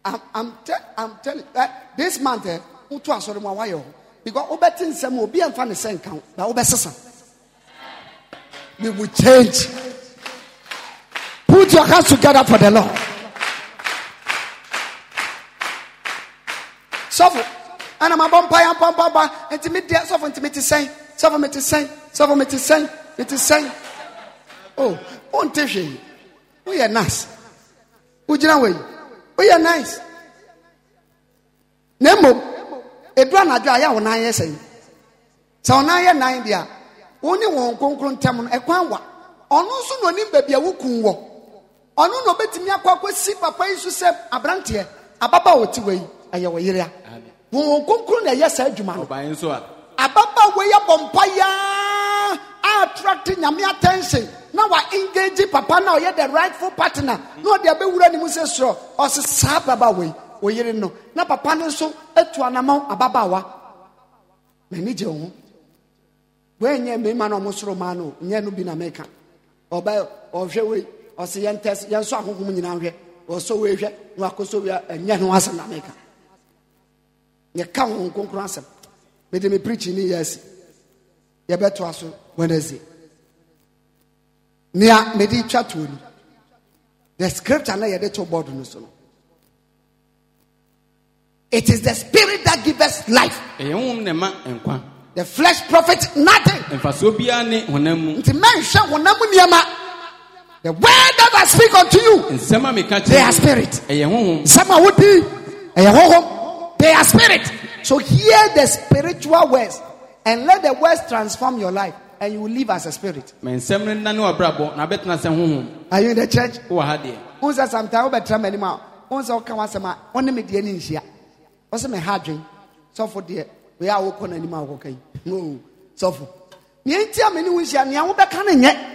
I'm, I'm, tell, I'm telling uh, this month, eh, wotu asɔre mu a wayɛ hɔ because wobɛte nsɛm a obi amfa ne sɛ nka wo na wobɛsesa we will change put your hands together for the lord sɔfo ɛna mabɔ mpaeɛ mpampaba nti medeɛ sɔfo nti mete sɛn sɔfo mete sɛn sɔfo mete sɛn mete sɛn o wonte hwee woyɛ Oh, nice wogyina wɔ yi woyɛ Oh, nice na mmom ɛdu anadwo a yɛ a wo nan yɛ sɛn sɛ wo nan yɛ nan deɛ a wo ne wɔn kronkron ntam no ɛkwan wa ɔno nso na onim baabi a wokum wɔ ɔno na obɛtumi akɔ akɔsi papa yi so sɛ aberanteɛ ababa a wɔte wɔ yi ɛyɛ wɔ yerea
Amen.
wɔn wɔn kronkron na ɛyɛ saa adwuma no
Ɔban nso a
ababaawa yi abɔ mpa yaa atrate nyame attention na wa engage papa na ɔyɛ the rightful partner na ɔde abɛwura ne mu sɛ sorɔ ɔse saa ababaawa yi oyere no na papa no nso atu anama ababaawa m'ani gye wo ho wɔanyɛ mmarima no ɔmo soro maa no o, nyɛ no bi na meka ɔba ɔhwɛ wei ɔse yɛn tɛs yɛn so ahohom nyinaa hwɛ ɔsɔ wei hwɛ na wakɔ sɔ wei a, ɛnyɛ no asɛm na meka yɛka ho nkonkron asɛm mede me preaching ne yɛ asi yɛbɛtoa so wednesday nea mede twa toɔ ni the scripture na yɛde to board no so no it is the spirit that gives life
ɛyɛ nwom na ɛma nkwa
the flesh profit nothing
mfasoɔ biara ne honam mu
nti mɛnhwɛ honam nneɛma the word that i speak unto you
nsɛm a meka
they
kyerɛ wo,
are spirit
ɛyɛ honhom
Some are whoopee. Ɛyɛ honhom. They are spirit. So hear the spiritual words and let the words transform your life and you will live as a spirit.
ma nsɛm no nna ne wabrabɔ na abɛtena sɛ honhom
Are you in the church?
wowɔ ha deɛ
Who says sometimes over tram anymore? Who says okay once a month? Only me dear ninja. What's my hard drink? So for dear, we are walking anymore. Okay. No. So for. Ni enti a meni wusia ni awo beka ne nye.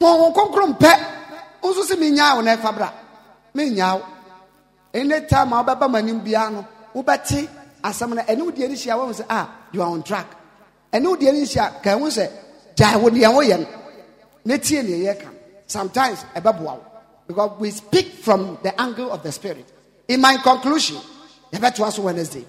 Mo wo konkro mpɛ. Nso se me nya wo na fa bra. Me nya wo. anytime a wobɛba ma anim biara no wobɛte asɛm no ɛne wo deɛ no hyia wohu sɛ ah you are on track ɛne wo deɛ no hyia ka ho sɛ gyae wo deɛ woyɛ no na tie neɛ yɛka no. sometimes ɛbɛboa wo because we speak from the angle of the spirit in my conclusion yɛbɛtoa so wednesday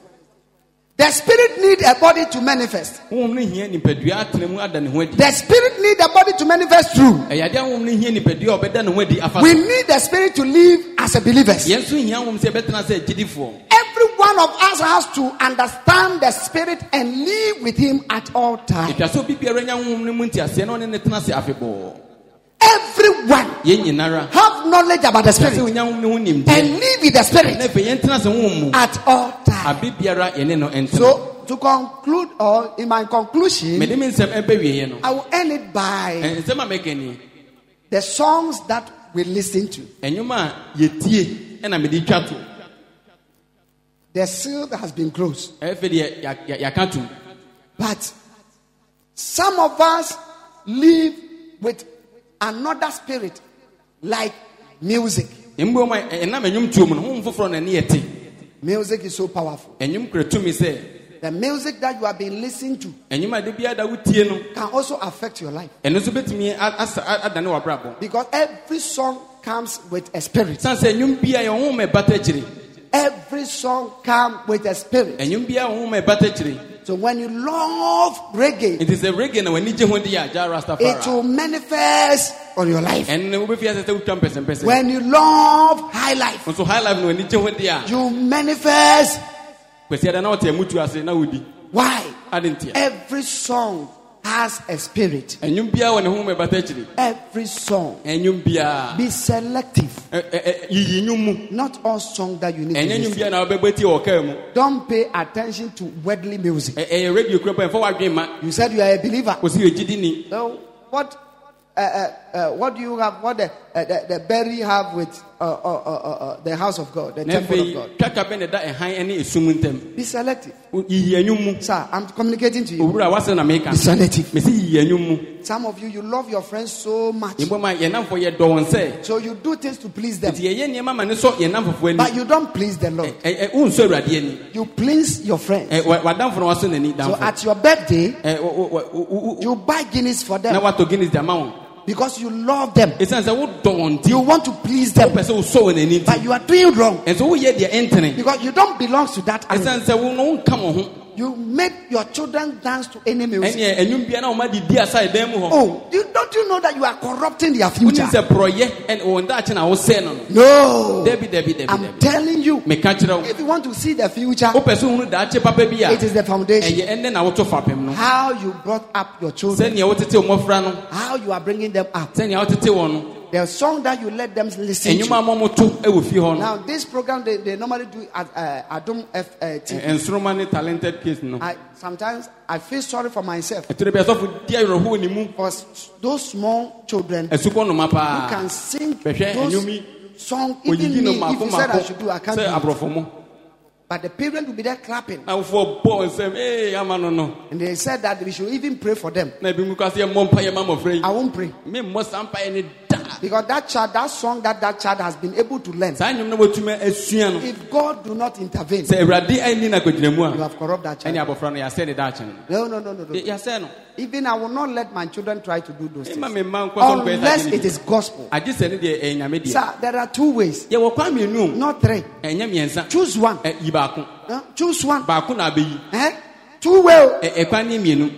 the spirit need a body to manifest
honhom no hia nipadua atena mu ada ne ho adi
the spirit need a body to manifest through
ɛyɛ adeɛ a honhom no hia nipadua a ɔbɛda ne ho adi afa
we
so
need the spirit to live as a believers
yɛn nso hia honhom sɛ yɛbɛtena sɛ agyidifoɔ
Every one of us has to understand the spirit and live with him at all times.
ɛtwa sɛ obi biara nya honhom no mu ntiaseɛ na ɔne ne tena sɛ afebɔɔ
Everyone
yɛn nyinara
have knowledge about the
twa sɛ
spirit
onya honhom no ho
and
nimdeɛ
live with the
na
spirit
afei yɛntena sɛ honhom mu
at all times.
abe biara yɛne no ɛntena
Ah. So to conclude or in my conclusion,
mede me nsɛm ɛbɛwieɛ no
I will end it by
ɛ- nsɛm a mɛka ni
the songs that we listen to.
ɛnwoma a yɛtie ɛna mede twa to
The seal has been closed.
ɛfɛ deɛ yɛaka tom
But some of us live with another spirit like music.
mmom a ɛnam ɛnwom tuo mu no honhom foforɔ na ɛne yɛte
Music is so powerful.
ɛnwom kura tumi sɛ
The music that you have been listening to
ɛnwom a da biara da wotie no
can also affect your life
ɛno nso bɛtumi a- asa- a- adane w'abrabɔ
because every song comes with a spirit.
san sɛ ɛnwom bia yɛhoma ɛbata kyire
Every song comes with a spirit.
ɛnwom bia yɛhoma ɛbata kyire
So when you love reggae,
nti sɛ reggae na w'ani gye ho deɛ agya
it
rastafara
will manifest on your life.
ɛnne wobɛfi asɛ sɛ wotwa mpɛsɛmpɛsɛ
When you love high life,
nso high life na w'ani gye ho deɛ a
you manifest.
kwasiada na wɔte amutu ase na wodi
Why?
ade ntia
Every song has a spirit.
ɛnwom bia wɔ ne honhom ɛbata kyire
Every song.
ɛnwom bia
Be selective.
yiyi nnwom mu
Not all song that you need to
ɛnyɛ nnwom
listen.
bia na wobɛbɔ tie wɔ kaa mu
Don't pay attention to worldly music.
Ɛ- ɛyɛ radio kura bɔ ɛfɔ wadwin ma
You said you are a believer.
kò sí èjì dín ní
So what? Uh, uh, uh, what do you have? What the uh, the, the berry have with uh, uh, uh, uh, the house of God, the
n'efe
temple of
yi
God?
twatwa bɛ n'ɛda ɛhan ɛne esum ntɛm
Be selective,
O- yiyi ɛnyum mu
sir. I'm communicating to you.
owurɔ a wasa na mɛka
Be selective.
mɛsi yiyi ɛnyum mu
Some of you, you love your friends so much,
ebɔ ma yɛn nanfɔ yɛ dɔ wɔn sɛ
so you do things to please them,
eti yɛyɛ nneɛma ma ne sɔ yɛn nanfɔfo
but
ani
you don't please the Lord.
ɛ ɛ o nsɔ awurade ani
You please your friends.
ɛ wa wadanfo na waso n'ani
So
danfo
at your birthday,
ɛ wɔ wɔ wɔ wɔ
you buy guineas for
na
them
watɔ guinness di ama wɔn
because you love them.
esan sɛ wo dɔ wɔn ti
You
o
want to please them,
pɛ sɛ o sɔ wɔn ani ti
but you are doing wrong
ɛnso wo yɛ deɛ ɛntene
because you don't belong to that. Animal.
esan sɛ wo no nka wɔn ho
You make your children dance to any music.
ɛnni ɛnyum bia na wɔn adi di asa ɛdan mu hɔ
Oh, you, don't you know that you are corrupting their
wunim
future?
sɛ porɔyɛ ɛn wɔn daakye na wosɛɛ no no.
No.
dabi dabi dabi
I'm
dabi
telling you,
meka kyerɛ wo
if you want to see the future,
wopɛ sɛ wohunu daakye papa bi a
it is the foundation.
ɛyɛ ɛnɛ na woto fapem no
How you brought up your children,
sɛnea wotete wo mmɔfra no
how you are bringing them up,
sɛnea wotete wɔ no
the song that you let them listen
ɛnwuma
to.
ma moto ɛwɔ fie hɔ no
Now, this program they, they normally do at uh, Adum F, uh, TV.
Ɛ- nsoroma ne talented case no
I, sometimes I feel sorry for myself.
ɛtore bi asɔfo di awerɛhoɔ ne mu
For s- those small children who
asukɔ noma paa
can sing
bɛhwɛ ɛnwom
those
yi
songs, even
oyiyi
me,
no
if
mako
you said I should do, I
mako
can't
sɛ
do it.
aborɔfo mo
But the parent will be there clapping.
na wofoɔ bɔɔ nsɛm ee ama no no
And they said that we should even pray for them.
na ebi mu kɔ sɛ yɛmmɔ mpayɛ ma mmɔfra yi
I won't pray.
memmɔ saa mpayɛ ne da
Because that child, that song that that child has been able to learn,
saa nnwom no wɔatumi asua no
if God do not intervene,
sɛ awurade anni no akɔgyinamu
you
a
have corrupt that
ɛne
child.
abɔfra no yɛasɛ ne daakye no
No, no, no, no, no.
Yɛ- yɛasɛ no
Even I will not let my children try to do those
ɛma
things.
me mma nkɔ sɛ nkɔyɛ saa
Unless
ade no
it
bi.
is gospel.
agye sɛ ne deɛ ɛyɛ nyame deɛ
Sir, there are two ways,
yɛwɔ kwa mmienu o
not three.
ɛnyɛ mmiɛnsa
Choose one.
Ɛ, yi baako
Huh? Choose one.
baako na abɛyi
Eh? Two way.
Ɛ- ɛkwan ne mmienu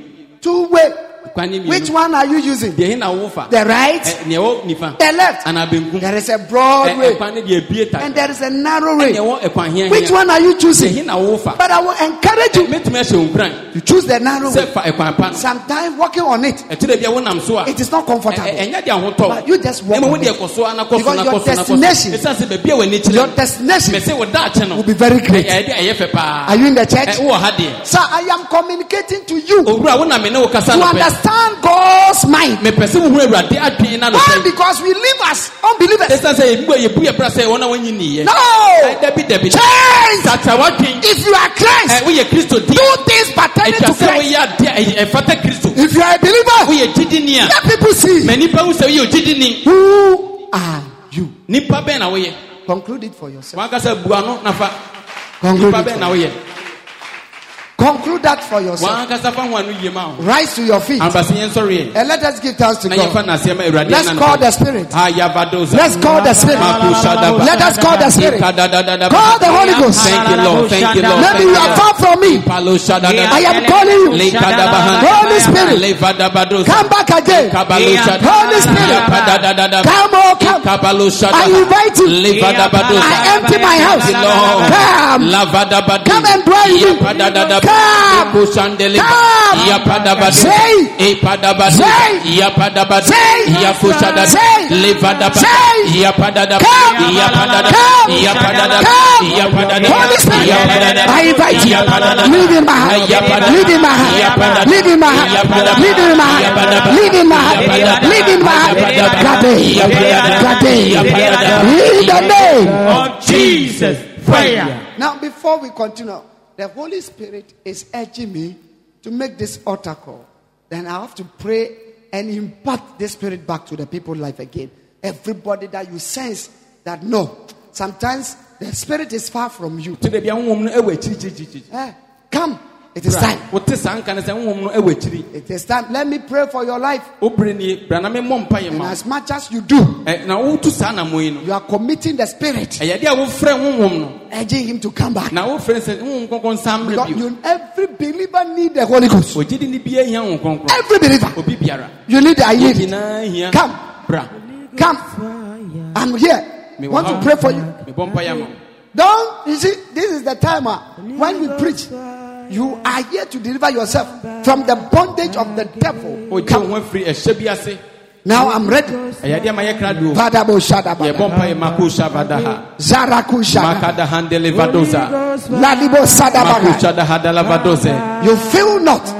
Two way.
kwan ne
Which
mmienu
one are you using?
deɛ he na wo fa
The right,
Ɛ, nea ɛwɔ nifa
the left.
anaa benkum
There is a broad
Ɛ,
way
ɛkwan ne deɛ ebie ta
and
nea
there is a narrow way.
ɛwɔ ɛkwan
Which
hiahia
one are you
deɛ
choosing?
he na wo fa
But I will encourage you
mɛtumi ahyɛ wo nkuran
to choose the narrow way.
sɛ fa ɛkwan pa no
Sometimes walking on it,
ɛkyerɛ bia wonam so a
it is not
ɛ-
comfortable.
ɛ- ɛnyɛ deɛ
But you just
ahotɔ
walk
ɛma wo
on
deɛ
it.
kɔ so a na kɔ so
Because
na
your
kɔ so na kɔ so
destination-
ɛsiane sɛ baabi a w'ani
Your
kyerɛ no
destination
mɛ sɛ wɔ daakye no
will be very great.
ɛyɛ deɛ ɛyɛ fɛ paa
Are you in the
Ɛ,
church?
wowɔ ha deɛ
Sir, I am communicating to you to
owura wo na me ne wo kasa no pɛ
understand God's mind.
mepɛ sɛ wohu awurade adwene na no
Why?
sɛ
Because we live as unbelievers.
ɛsiane sɛ yɛbu yɛbu yɛ bra sɛ wɔn a wɔnyi niyɛ
No!
dabi dabi
Change!
satra wadwen
If you are
Ɛ,
Christ,
woyɛ kristo di
do things pertaining
ɛtwa
to
sɛ
Christ.
woyɛ adeɛ a ɛyɛ- ɛfata kristo
If you are a believer,
woyɛ gyidini a
let people see
ma nnipa wo sɛ woyɛ ogyidini
who are you.
nnipa bɛn na woyɛ
Conclude it for yourself.
wankasa bua no nafa
Conclude,
nnipa
it
bɛn
for
na
you.
woyɛ
Conclude that for yourself.
wankasa fa ho ano yie ma wo
Rise to your feet
ambase yɛn sɔre yɛ
and let us give thanks to
na yɛfa
God.
naseɛ ma awurade
Let's call the Spirit. Let's
Ayabadoza.
call the Spirit.
Makusadaba.
Let us call the Spirit.
Call
Call the Holy Ghost.
Thank you, Lord. Thank you, Lord.
Maybe you are far from me.
Palo Shadada.
I am calling you. Holy
Holy
Spirit. Come back again. Holy Spirit. Come, oh, come. I invite you. I empty my house. Come. Come and dwell in me. Come. Come. Say. Say. Say. Say. Say. Come. Come. Come. Holy Spirit. I invite you. Live in my house. Live in my house. Live in my house. Live in my house. Live in my house. Live in my house. Gade. Gade. In the name.
Of Jesus, fire.
Now, before we continue, the Holy Spirit is urging me to make this altar call. Then I have to pray and impart this spirit back to the people's life again. Everybody that you sense that no, sometimes the spirit is far from you.
kyerɛ bia honhom no ɛwɔ akyirikyirikyirikyiri
Eh, come, it is time.
wote saa nka no sɛ honhom no ɛwɔ akyiri
It is time. Let me pray for your life.
wobere nie bra na memmɔ mpa yɛ
And
ma
as much as you do,
Ɛ, na wotu saa nammɔ yi no
you are committing the spirit,
ɛyɛ de a wofrɛ honhom no
urging him to come back.
na wofrɛ no sɛ honhom kronkron san
Because
mmerɛ bio
you, every believer need the Holy Ghost.
ogyidi ne bia hia honhom kronkron
Every believer,
obi biara
you need. I need it.
nyinaa hia
Come.
bra
Come. I'm here. I want to pray for you.
mebɔ mpa yɛ ma
Don't you see? This is the time ah, when we preach. You are here to deliver yourself from the bondage of the devil.
ogye wo ho afiri ɛhyɛ bi ase
Now I'm ready.
ɛyɛ de ama yɛ krado
Badabo shadabada.
yɛbɔ mpa yɛ ma ko hyabadaha
Zaraku shada.
makadahandelevadosa
Ladibo sadabada.
makochadahadalavadose
You feel not.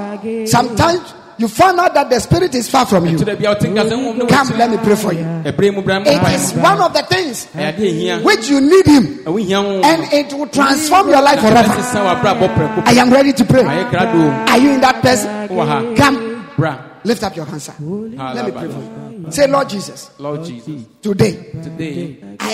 Sometimes you find out that the spirit is far from you.
kyerɛ bia wotenka sɛ honhom no wɔ
Come, let
akyiri
me pray for you.
ɛberɛ mu bra mpa
It is
yɛ
one of the things
ma ɛyɛ de hia
which you need him,
ɛwo hia honhom
and it will transform your life forever.
ɛsesa wabrabɔ prɛko
I am ready to pray.
mayɛ krado
Are you in that person?
wɔ ha
Come,
bra
lift up your hands. sir. Let me pray for
Halabado.
you. Say, Lord Jesus,
Lord Jesus
today
today